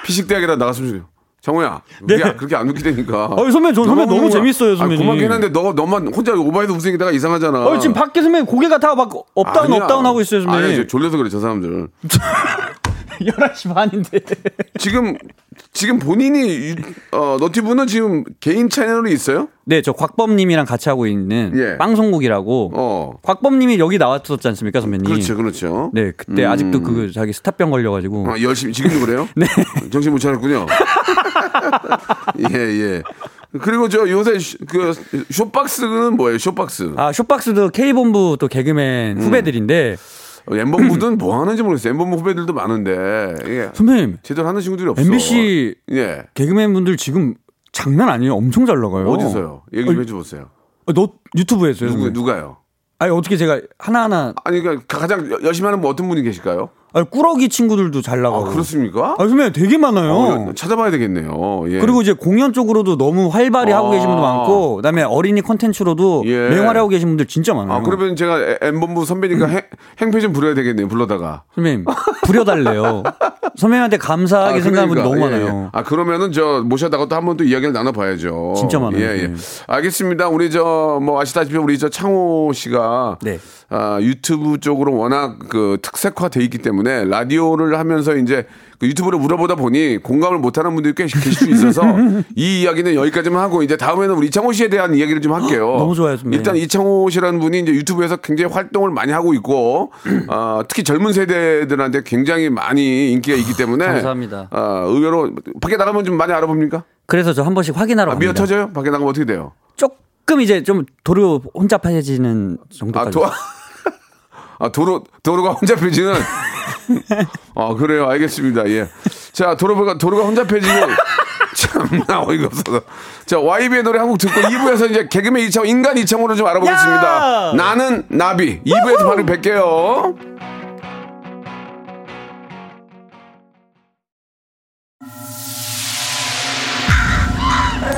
Speaker 1: 피식 대학이라 나갔으면 좋겠어. 정우야, 그게 아- 그렇게 안 웃기다니까.
Speaker 5: 네. 아니, 선배님, 저 선배님 너무 재밌어요, 선배님.
Speaker 1: 고맙긴 했는데 너 너만 혼자 오바해서 웃으니까 내가 이상하잖아.
Speaker 5: 어, 지금 밖에 선배님 고개가 다 막 업다운
Speaker 1: 아니야.
Speaker 5: 업다운 하고 있어요,
Speaker 1: 아니,
Speaker 5: 선배님.
Speaker 1: 저 졸려서 그래 저 사람들.
Speaker 5: 11시 반인데.
Speaker 1: 지금 지금 본인이 유- 어, 너티브는 지금 개인 채널이 있어요?
Speaker 5: 네, 저 곽범님이랑 같이 하고 있는
Speaker 1: 예.
Speaker 5: 방송국이라고.
Speaker 1: 어.
Speaker 5: 곽범님이 여기 나왔었지 않습니까, 선배님?
Speaker 1: 그렇죠, 그렇죠.
Speaker 5: 네, 그때 아직도 그 자기 스타병 걸려가지고.
Speaker 1: 아, 열심히 지금도 그래요? 네. 정신 못 차렸군요. 예, 예. 그리고 저 요새 쇼- 그 쇼박스는 뭐예요? 쇼박스.
Speaker 5: 아, 쇼박스도 K본부 또 개그맨
Speaker 1: 음.
Speaker 5: 후배들인데.
Speaker 1: 엠범부든 뭐 하는지 모르겠어요. 엠범부 후배들도 많은데. 예.
Speaker 5: 선배님,
Speaker 1: 제대로 하는 친구들이 없어.
Speaker 5: MBC
Speaker 1: 예.
Speaker 5: 개그맨 분들 지금 장난 아니에요. 엄청 잘 나가요.
Speaker 1: 어디서요? 얘기 좀 해줘 보세요.
Speaker 5: 아, 너 유튜브에서요.
Speaker 1: 누구
Speaker 5: 선배님?
Speaker 1: 누가요?
Speaker 5: 아니, 어떻게 제가 하나하나.
Speaker 1: 아니 그러니까 가장 여- 열심히 하는 분 어떤 분이 계실까요?
Speaker 5: 아니, 꾸러기 친구들도 잘
Speaker 1: 아,
Speaker 5: 나가고.
Speaker 1: 그렇습니까?
Speaker 5: 아, 선배님 되게 많아요.
Speaker 1: 어, 찾아봐야 되겠네요. 예.
Speaker 5: 그리고 이제 공연 쪽으로도 너무 활발히 하고 계신 분도
Speaker 1: 아.
Speaker 5: 많고, 그다음에 어린이 콘텐츠로도
Speaker 1: 예.
Speaker 5: 맹활하고 계신 분들 진짜 많아요.
Speaker 1: 아 그러면 제가 에- 엠범부 선배니까 행, 행패 좀 부려야 되겠네요. 불러다가.
Speaker 5: 선배님 부려달래요. 선배님한테 감사하게 생각하는 분들 너무
Speaker 1: 그러니까. 예,
Speaker 5: 많아요.
Speaker 1: 예. 아 그러면은 저 모셔다가 또 한 번 또 이야기를 나눠봐야죠.
Speaker 5: 진짜 많아요.
Speaker 1: 예, 예.
Speaker 5: 네.
Speaker 1: 알겠습니다. 우리 저 뭐 아시다시피 우리 저 창호 씨가
Speaker 5: 네.
Speaker 1: 아, 유튜브 쪽으로 워낙 그 특색화돼 있기 때문에 라디오를 하면서 이제 그 유튜브를 물어보다 보니 공감을 못하는 분들이 꽤 계실 수 있어서 이 이야기는 여기까지만 하고 이제 다음에는 우리 이창호 씨에 대한 이야기를 좀 할게요.
Speaker 5: 너무 좋아요, 선배님.
Speaker 1: 일단 이창호 씨라는 분이 이제 유튜브에서 굉장히 활동을 많이 하고 있고 아, 특히 젊은 세대들한테 굉장히 많이 인기가 있기 때문에
Speaker 5: 감사합니다.
Speaker 1: 아, 의외로 밖에 나가면 좀 많이 알아봅니까?
Speaker 5: 그래서 저 한 번씩 확인하러
Speaker 1: 아,
Speaker 5: 갑니다.
Speaker 1: 미어 터져요? 밖에 나가면 어떻게 돼요?
Speaker 5: 조금 이제 좀 도로 혼잡해지는
Speaker 1: 아,
Speaker 5: 정도까지.
Speaker 1: 도, 아 도로 도로가 혼잡해지는. 아 그래요, 알겠습니다. 예. 자 도로가 도로가 혼잡해지고 참나 어이가 없어서. 자 YB의 노래 한 곡 듣고 2부에서 이제 개그맨 이창호 인간 이창호를 좀 알아보겠습니다.
Speaker 5: 야!
Speaker 1: 나는 나비 2부에서 바로 뵐게요.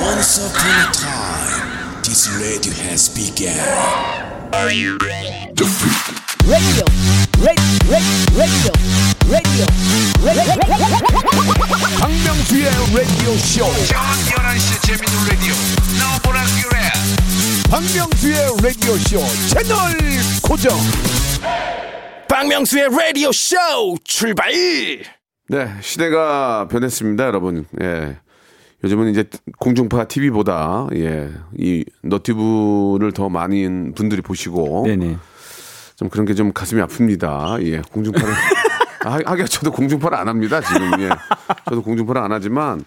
Speaker 6: Once upon a time, this radio has begun.
Speaker 7: radio, radio, radio, radio, radio,
Speaker 6: 박명수의 라디오 쇼. 저녁 11시 재밌는 라디오. 너보라 귀래. 박명수의 라디오 쇼 채널 고정.
Speaker 4: 박명수의 라디오 쇼 출발!
Speaker 1: 네 시대가 변했습니다, 여러분. 예. 요즘은 이제 공중파 TV보다 예, 이 너튜브를 더 많은 분들이 보시고
Speaker 5: 네네.
Speaker 1: 좀 그런 게 좀 가슴이 아픕니다. 예, 공중파를 아, 하긴 저도 공중파를 안 합니다 지금. 예, 저도 공중파를 안 하지만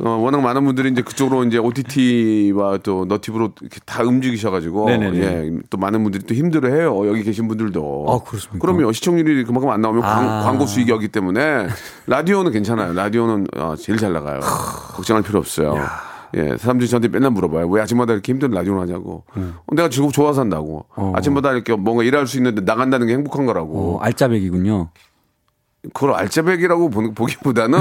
Speaker 1: 어, 워낙 많은 분들이 이제 그쪽으로 이제 OTT와 또 너튜브로 이렇게 다 움직이셔가지고
Speaker 5: 네네네.
Speaker 1: 예, 또 많은 분들이 또 힘들어해요 여기 계신 분들도.
Speaker 5: 아, 그렇습니까?
Speaker 1: 그럼요 시청률이 그만큼 안 나오면 광,
Speaker 5: 아.
Speaker 1: 광고 수익이 없기 때문에 라디오는 괜찮아요. 라디오는 아, 제일 잘 나가요. 걱정할 필요 없어요. 예, 사람들이 저한테 맨날 물어봐요. 왜 아침마다 이렇게 힘든 라디오를 하냐고.
Speaker 5: 음.
Speaker 1: 어, 내가 즐겁고 좋아서 한다고. 아침마다 이렇게 뭔가 일할 수 있는데 나간다는 게 행복한 거라고.
Speaker 5: 어, 알짜배기군요.
Speaker 1: 그걸 알짜배기라고 보는- 보기보다는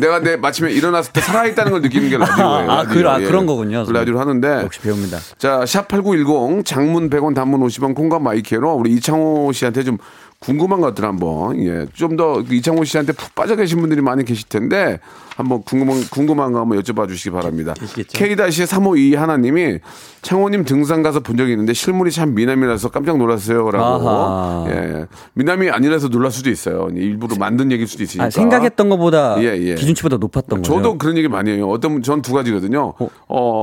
Speaker 1: 내가 내 마침에 일어났을 때 살아있다는 걸 느끼는 게 라디오예요.
Speaker 5: 아, 그- 아,
Speaker 1: 라디오.
Speaker 5: 그런 거군요.
Speaker 1: 그 라디오를 하는데.
Speaker 5: 역시 배웁니다. 아,
Speaker 1: 자, 샵8910 장문 100원 단문 50원 콩과 마이케로 우리 이창호 씨한테 좀 궁금한 것들 한번 예. 좀 더 이창호 씨한테 푹 빠져 계신 분들이 많이 계실 텐데 한번 궁금한 궁금한 거 한번 여쭤봐 주시기 바랍니다.
Speaker 5: 계시겠죠?
Speaker 1: K-3522 하나님이 창호님 등산 가서 본 적이 있는데 실물이 참 미남이라서 깜짝 놀랐어요라고.
Speaker 5: 아하.
Speaker 1: 예. 미남이 아니라서 놀랄 수도 있어요. 예, 일부러 만든 얘기일 수도 있으니까.
Speaker 5: 아, 생각했던 것보다
Speaker 1: 그러니까. 예, 예.
Speaker 5: 기준치보다 높았던 거예요.
Speaker 1: 저도 그런 얘기 많이 해요. 어떤 전 두 가지거든요. 어,
Speaker 5: 어.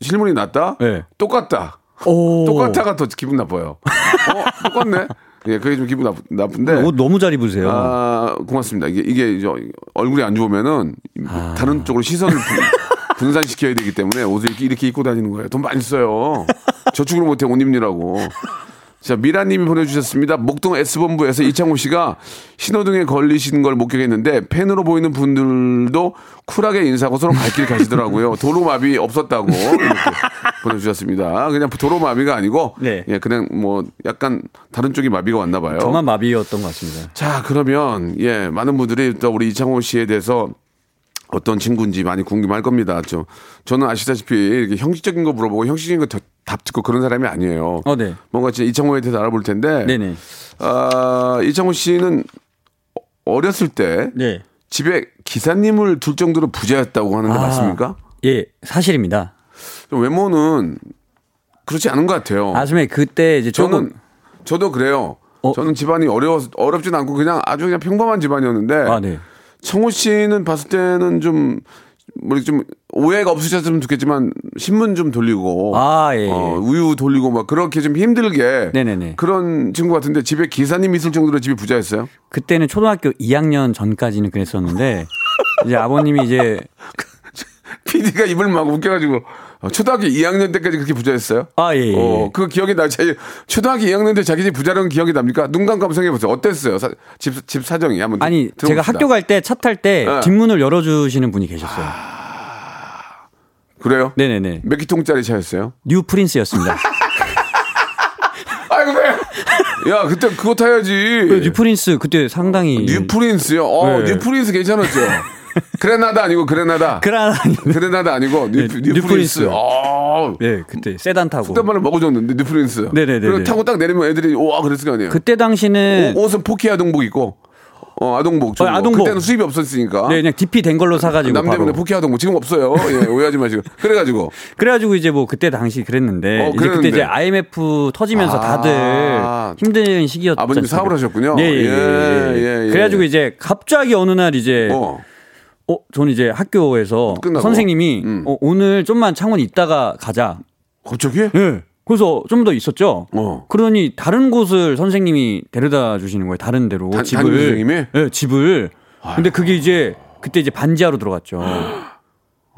Speaker 1: 실물이 낫다.
Speaker 5: 네.
Speaker 1: 똑같다.
Speaker 5: 오.
Speaker 1: 똑같아가 더 기분 나빠요. 어, 똑같네. 예, 그게 좀 기분 나, 쁜데
Speaker 5: 옷 너무 잘 입으세요.
Speaker 1: 아, 고맙습니다. 이게, 이게 저 얼굴이 안 좋으면은
Speaker 5: 아.
Speaker 1: 다른 쪽으로 시선을 분- 분산시켜야 되기 때문에 옷을 이렇게, 이렇게 입고 다니는 거예요. 돈 많이 써요. 저축을 못해 옷 입느라고. 자, 미라님이 보내주셨습니다. 목동 S본부에서 이창호 씨가 신호등에 걸리신 걸 목격했는데 팬으로 보이는 분들도 쿨하게 인사하고 서로 발길 가시더라고요. 도로마비 없었다고 이렇게 보내주셨습니다. 그냥 도로마비가 아니고
Speaker 5: 네.
Speaker 1: 예, 그냥 뭐 약간 다른 쪽이 마비가 왔나 봐요.
Speaker 5: 저만 마비였던 것 같습니다.
Speaker 1: 자, 그러면 예, 많은 분들이 또 우리 이창호 씨에 대해서 어떤 친구인지 많이 궁금할 겁니다. 좀 저는 아시다시피 이렇게 형식적인 거 물어보고 형식적인 거 답 듣고 그런 사람이 아니에요.
Speaker 5: 어, 네.
Speaker 1: 뭔가 진짜 이창호에 대해서 알아볼 텐데.
Speaker 5: 네네.
Speaker 1: 아, 이창호 씨는 어렸을 때
Speaker 5: 네.
Speaker 1: 집에 기사님을 둘 정도로 부자였다고 하는 거 맞습니까?
Speaker 5: 아, 예, 사실입니다.
Speaker 1: 좀 외모는 그렇지 않은 것 같아요.
Speaker 5: 아, 선배 그때 이제
Speaker 1: 어. 저는
Speaker 5: 조금
Speaker 1: 저도 그래요.
Speaker 5: 어?
Speaker 1: 저는 집안이 어려워 어렵진 않고 그냥 아주 그냥 평범한 집안이었는데
Speaker 5: 아, 네.
Speaker 1: 청호 씨는 봤을 때는 좀 우리 좀 오해가 없으셨으면 좋겠지만 신문 좀 돌리고
Speaker 5: 아, 예, 예.
Speaker 1: 어, 우유 돌리고 막 그렇게 좀 힘들게
Speaker 5: 네네네.
Speaker 1: 그런 친구 같은데 집에 기사님 있을 정도로 집이 부자였어요.
Speaker 5: 그때는 초등학교 2학년 전까지는 그랬었는데 이제 아버님이 이제
Speaker 1: PD가 입을 막 웃겨가지고 어, 초등학교 2학년 때까지 그렇게 부자였어요.
Speaker 5: 아, 예, 예.
Speaker 1: 어, 그 기억이 나. 제 초등학교 2학년 때 자기 집 부자라는 기억이 납니까? 눈 감고 한번 생각해 보세요. 어땠어요? 사- 집, 집 사정이 한번 들-
Speaker 5: 아니 제가
Speaker 1: 들어봅시다.
Speaker 5: 학교 갈 때 차 탈 때
Speaker 1: 그 네. 아.
Speaker 5: 뒷문을 열어주시는 분이 계셨어요.
Speaker 1: 그래요?
Speaker 5: 네네네.
Speaker 1: 몇 기통짜리 차였어요?
Speaker 5: 뉴 프린스였습니다.
Speaker 1: 아이고 왜? 야 그때 그거 타야지.
Speaker 5: 뉴 프린스 그때 상당히
Speaker 1: 네. 뉴프린스요. 어,
Speaker 5: 예. 네.
Speaker 1: 뉴프린스 괜찮았죠. 그레나다 아니고 그레나다.
Speaker 5: 그라니
Speaker 1: 그레나다 아니고 뉴,
Speaker 5: 네,
Speaker 1: 뉴프린스.
Speaker 5: 뉴프린스.
Speaker 1: 어.
Speaker 5: 네 그때 세단 타고
Speaker 1: 그때만을 먹어줬는데 뉴프린스.
Speaker 5: 네네네네.
Speaker 1: 그리고 타고 딱 내리면 애들이 와 그랬을 거 아니에요.
Speaker 5: 그때 당시는
Speaker 1: 옷- 옷은 포키 아동복 입고 어 아동복. 저거.
Speaker 5: 아동복.
Speaker 1: 그때는 수입이 없었으니까.
Speaker 5: 네 그냥 DP 된 걸로 사가지고
Speaker 1: 아? 남 때문에
Speaker 5: 바로
Speaker 1: 포키 아동복 지금 없어요. 예, 오해하지 마시고. 그래가지고
Speaker 5: 그래가지고 이제 뭐 그때 당시 그랬는데
Speaker 1: 어,
Speaker 5: 이제
Speaker 1: 그랬는데.
Speaker 5: 그때 이제 IMF 터지면서
Speaker 1: 아.
Speaker 5: 다들 힘든 시기였죠.
Speaker 1: 아버님이 사업을 하셨군요.
Speaker 5: 예, 예, 예,
Speaker 1: 예, 예, 예.
Speaker 5: 그래가지고 이제 갑자기 어느 날 이제
Speaker 1: 어.
Speaker 5: 어, 저는 이제 학교에서
Speaker 1: 끝나고? 음.
Speaker 5: 선생님이 어, 오늘 좀만 창원 있다가 가자.
Speaker 1: 갑자기?
Speaker 5: 예. 그래서 좀 더 있었죠.
Speaker 1: 어.
Speaker 5: 그러니 다른 곳을 선생님이 데려다 주시는 거예요. 다른 데로
Speaker 1: 다-
Speaker 5: 집을.
Speaker 1: 담임 선생님이?
Speaker 5: 예, 집을. 근데 그게 이제 그때 이제 반지하로 들어갔죠.
Speaker 1: 어,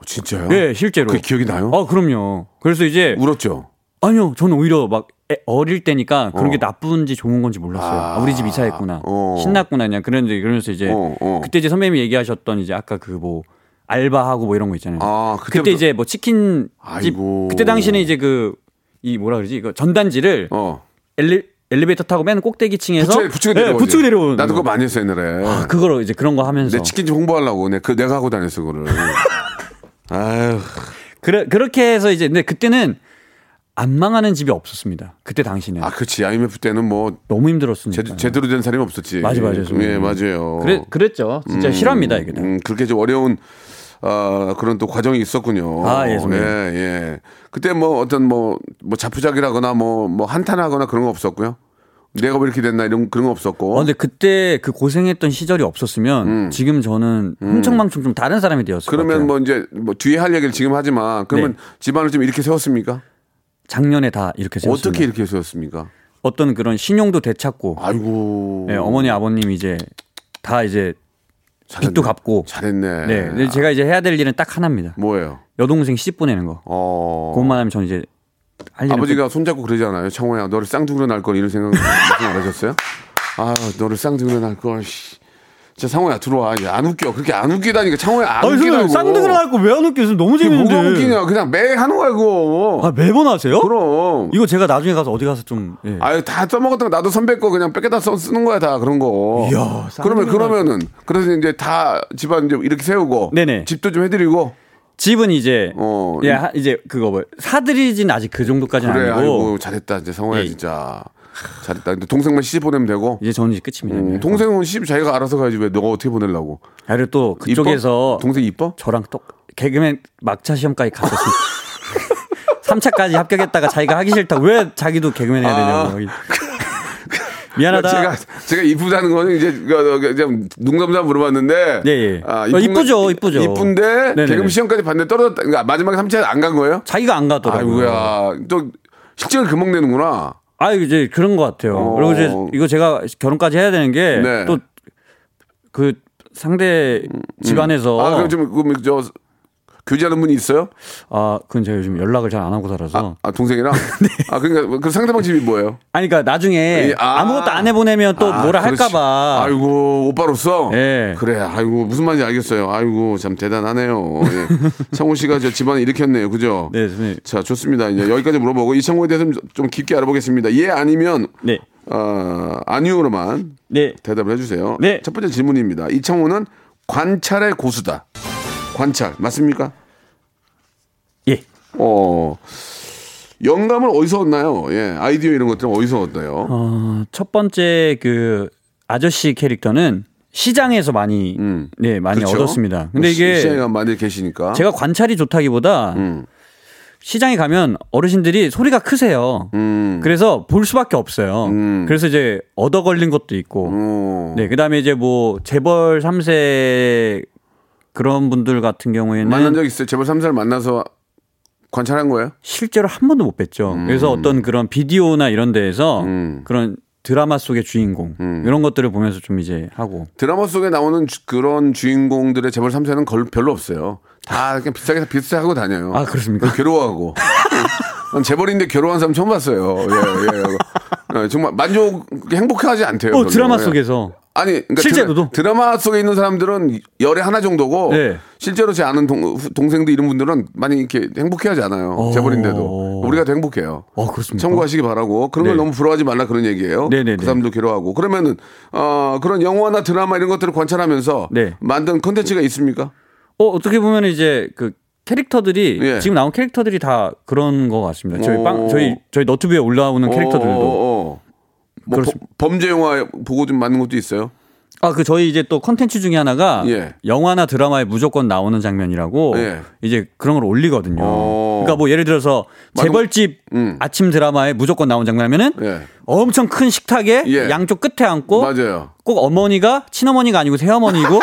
Speaker 1: 진짜요?
Speaker 5: 예, 실제로. 네.
Speaker 1: 그게 기억이 나요?
Speaker 5: 아, 그럼요. 그래서 이제
Speaker 1: 울었죠.
Speaker 5: 아니요, 저는 오히려 막 애- 어릴 때니까 그런
Speaker 1: 어.
Speaker 5: 게 나쁜지 좋은 건지 몰랐어요.
Speaker 1: 아.
Speaker 5: 아, 우리 집 이사했구나,
Speaker 1: 어.
Speaker 5: 신났구나 그냥 그런 이제 그러면서 이제
Speaker 1: 어, 어.
Speaker 5: 그때 이제 선배님이 얘기하셨던 이제 아까 그 뭐 알바하고 뭐 이런 거 있잖아요.
Speaker 1: 아,
Speaker 5: 그때,
Speaker 1: 그때부터-
Speaker 5: 이제 뭐 치킨 집
Speaker 1: 아이고.
Speaker 5: 그때 당시는 이제 그 이 뭐라 그러지 이거 전단지를
Speaker 1: 어.
Speaker 5: 엘리, 엘리베이터 타고 맨 꼭대기 층에서
Speaker 1: 부채 부채
Speaker 5: 네,
Speaker 1: 내려오지.
Speaker 5: 부추고 내려오는
Speaker 1: 나도
Speaker 5: 거.
Speaker 1: 그거 많이 했어 옛날에.
Speaker 5: 아, 그거를 이제 그런 거 하면서
Speaker 1: 내 치킨집 홍보하려고 내, 그, 내가 하고 다녔어 그거를 아유
Speaker 5: 그래, 그렇게 해서 이제 근데 그때는 안 망하는 집이 없었습니다. 그때 당시는
Speaker 1: 아 그렇지 IMF 때는 뭐
Speaker 5: 너무 힘들었으니까.
Speaker 1: 제, 제대로 된 사람이 없었지
Speaker 5: 네. 맞아, 맞아, 선생님.
Speaker 1: 예 맞아요
Speaker 5: 그래, 그랬죠. 진짜 실화입니다, 이게. 다.
Speaker 1: 음, 그렇게 좀 어려운 아, 그런 또 과정이 있었군요.
Speaker 5: 아, 예,
Speaker 1: 예,
Speaker 5: 선생님.
Speaker 1: 예. 그때 뭐 어떤 뭐, 뭐 자푸자기라거나 뭐, 뭐 한탄하거나 그런 거 없었고요. 내가 왜 이렇게 됐나 이런 그런 거 없었고.
Speaker 5: 어, 근데 그때 그 고생했던 시절이 없었으면 지금 저는 흥청망청 좀 다른 사람이 되었을
Speaker 1: 음.
Speaker 5: 것
Speaker 1: 그러면
Speaker 5: 같아요.
Speaker 1: 뭐 이제 뭐 뒤에 할 얘기를 지금 하지 마. 그러면
Speaker 5: 네.
Speaker 1: 집안을 좀 이렇게 세웠습니까?
Speaker 5: 작년에 다 이렇게 세웠습니다.
Speaker 1: 어떻게 이렇게 세웠습니까?
Speaker 5: 어떤 그런 신용도 되찾고
Speaker 1: 아이고.
Speaker 5: 네, 어머니 아버님 이제 다 이제
Speaker 1: 잘했네.
Speaker 5: 빚도 갚고
Speaker 1: 잘했네.
Speaker 5: 네, 근데 제가 이제 해야 될 일은 딱 하나입니다.
Speaker 1: 뭐예요?
Speaker 5: 여동생 시집 보내는 거.
Speaker 1: 어.
Speaker 5: 그것만 하면 저는 이제 할 일은
Speaker 1: 아버지가 손잡고 그러잖아요. 청호야, 너를 쌍둥이로 낳을 걸 이런 생각 무슨 안 하셨어요? 아, 너를 쌍둥이로 낳을 걸. 씨. 진짜 상호야 들어와. 이제 안 웃겨. 그렇게 안 웃기다니까 창호야 안 웃기다고.
Speaker 5: 거왜안 웃겨? 너무
Speaker 1: 이게 뭐가 웃기냐? 그냥 매 하는 거야 그거.
Speaker 5: 아 매번 하세요?
Speaker 1: 그럼.
Speaker 5: 이거 제가 나중에 가서 어디 가서 좀 예.
Speaker 1: 아유 다 써먹었던 거 나도 선배 거 그냥 뺏겨다 써, 쓰는 거야 다 그런 거.
Speaker 5: 이야,
Speaker 1: 그러면
Speaker 5: 쌍둥이
Speaker 1: 그러면은 그래서 이제 다 집안 이제 이렇게 세우고.
Speaker 5: 네네.
Speaker 1: 집도 좀 해드리고.
Speaker 5: 집은 이제
Speaker 1: 어,
Speaker 5: 예, 하- 이제 그거 뭐 사드리진 아직 그 정도까지는
Speaker 1: 그래
Speaker 5: 아니고
Speaker 1: 아이고 잘했다 이제 상호야
Speaker 5: 예.
Speaker 1: 진짜 잘했다. 근데 동생만 시집 보내면 되고.
Speaker 5: 이제 저는 이제 끝입니다.
Speaker 1: 음,
Speaker 5: 음,
Speaker 1: 동생은 시집 자기가 알아서 가야지 왜 너가 어떻게 보내려고?
Speaker 5: 아, 그리고 또
Speaker 1: 이뻐?
Speaker 5: 그쪽에서
Speaker 1: 동생 이뻐?
Speaker 5: 저랑 또 개그맨 막차 시험까지 갔었습니다. 3차까지 합격했다가 자기가 하기 싫다. 왜 자기도 개그맨 해야 되냐고. 미안하다.
Speaker 1: 아. 제가 제가 이쁘다는 거는 이제 그, 그, 그냥 농담삼아 물어봤는데 아,
Speaker 5: 예, 예. 어,
Speaker 1: 이쁜 거-
Speaker 5: 이쁘죠, 이쁘죠.
Speaker 1: 이쁜데
Speaker 5: 네네.
Speaker 1: 개그 시험까지 봤는데 떨어졌다. 그러니까 마지막에 3차에 안 간 거예요?
Speaker 5: 자기가 안 가더라고요.
Speaker 1: 아이고야. 또 실적을 금방 내는구나.
Speaker 5: 아 이제 그런 것 같아요.
Speaker 1: 어.
Speaker 5: 그리고 이제 이거 제가 결혼까지 해야 되는 게 또
Speaker 1: 네.
Speaker 5: 그 상대 집안에서
Speaker 1: 아,
Speaker 5: 아,
Speaker 1: 그럼 좀, 그럼 저, 교제하는 분이 있어요?
Speaker 5: 아, 그건 제가 요즘 연락을 잘 안 하고
Speaker 1: 아,
Speaker 5: 살아서
Speaker 1: 아, 동생이랑?
Speaker 5: 네.
Speaker 1: 아, 그러니까, 그 상대방 집이 뭐예요?
Speaker 5: 아니 그러니까 나중에
Speaker 1: 예, 아.
Speaker 5: 아무것도 안 해보내면 또
Speaker 1: 아,
Speaker 5: 뭐라
Speaker 1: 그렇지.
Speaker 5: 할까봐
Speaker 1: 아이고, 오빠로서?
Speaker 5: 예.
Speaker 1: 그래, 아이고, 무슨 말인지 알겠어요. 아이고, 참 대단하네요. 예. 창호 씨가 저 집안을 일으켰네요. 그죠?
Speaker 5: 네, 선생님.
Speaker 1: 자, 좋습니다. 이제 여기까지 물어보고, 이 창호에 대해서 좀- 좀 깊게 알아보겠습니다. 예, 아니면,
Speaker 5: 네.
Speaker 1: 어, 아니요로만
Speaker 5: 네.
Speaker 1: 대답을 해주세요.
Speaker 5: 네.
Speaker 1: 첫 번째 질문입니다. 이 창호는 관찰의 고수다. 관찰, 맞습니까?
Speaker 5: 예.
Speaker 1: 어 영감을 어디서 얻나요? 예 아이디어 이런 것들은 어디서 얻나요?
Speaker 5: 어, 첫 번째 그 아저씨 캐릭터는 시장에서 많이
Speaker 1: 음.
Speaker 5: 네 많이
Speaker 1: 그렇죠?
Speaker 5: 얻었습니다. 근데
Speaker 1: 시-
Speaker 5: 이게
Speaker 1: 시장에 가면 많이 계시니까
Speaker 5: 제가 관찰이 좋다기보다
Speaker 1: 음.
Speaker 5: 시장에 가면 어르신들이 소리가 크세요.
Speaker 1: 음.
Speaker 5: 그래서 볼 수밖에 없어요.
Speaker 1: 음.
Speaker 5: 그래서 이제 얻어 걸린 것도 있고.
Speaker 1: 어,
Speaker 5: 네, 그다음에 이제 뭐 재벌 3세 그런 분들 같은 경우에는
Speaker 1: 만난 적 있어요? 재벌 3살 만나서 관찰한 거예요?
Speaker 5: 실제로 한 번도 못 뵀죠. 그래서 어떤 그런 비디오나 이런 데에서
Speaker 1: 음.
Speaker 5: 그런 드라마 속의 주인공 이런 것들을 보면서 좀 이제 하고
Speaker 1: 드라마 속에 나오는 주- 그런 주인공들의 재벌 3세는 걸, 별로 없어요. 다 그냥 비싸게 비싸게 하고 다녀요.
Speaker 5: 아, 그렇습니까?
Speaker 1: 괴로워하고. 난 재벌인데 괴로워한 사람 처음 봤어요. 예, 예. 예, 정말 만족 행복하지 않대요.
Speaker 5: 어
Speaker 1: 별로.
Speaker 5: 드라마
Speaker 1: 예.
Speaker 5: 속에서
Speaker 1: 아니, 그러니까
Speaker 5: 실제로도?
Speaker 1: 드라, 마 속에 있는 사람들은 열에 하나 정도고
Speaker 5: 네.
Speaker 1: 실제로 제 아는 동, 후- 동생들 이런 분들은 많이 이렇게 행복해하지 않아요.
Speaker 5: 오.
Speaker 1: 재벌인데도 우리가 더 행복해요.
Speaker 5: 어 그렇습니다.
Speaker 1: 참고하시기 바라고 그런 걸
Speaker 5: 네.
Speaker 1: 너무 부러워하지 말라 그런 얘기예요.
Speaker 5: 네네네.
Speaker 1: 그 사람도 괴로워하고 그러면은 어, 그런 영화나 드라마 이런 것들을 관찰하면서
Speaker 5: 네.
Speaker 1: 만든 콘텐츠가 있습니까?
Speaker 5: 어 어떻게 보면 이제 그 캐릭터들이
Speaker 1: 예.
Speaker 5: 지금 나온 캐릭터들이 다 그런 것 같습니다. 저희
Speaker 1: 오.
Speaker 5: 빵 저희 저희 너튜브에 올라오는 캐릭터들도
Speaker 1: 어, 어, 어. 뭐
Speaker 5: 그렇습니다.
Speaker 1: 범- 범죄 영화 보고 좀 만든 것도 있어요.
Speaker 5: 아 그 저희 이제 또 컨텐츠 중에 하나가
Speaker 1: 예.
Speaker 5: 영화나 드라마에 무조건 나오는 장면이라고
Speaker 1: 예.
Speaker 5: 이제 그런 걸 올리거든요.
Speaker 1: 어.
Speaker 5: 그러니까 뭐 예를 들어서 재벌집
Speaker 1: 음.
Speaker 5: 아침 드라마에 무조건 나온 장면이면은
Speaker 1: 예.
Speaker 5: 엄청 큰 식탁에
Speaker 1: 예.
Speaker 5: 양쪽 끝에 앉고
Speaker 1: 맞아요.
Speaker 5: 꼭 어머니가 친어머니가 아니고 새어머니고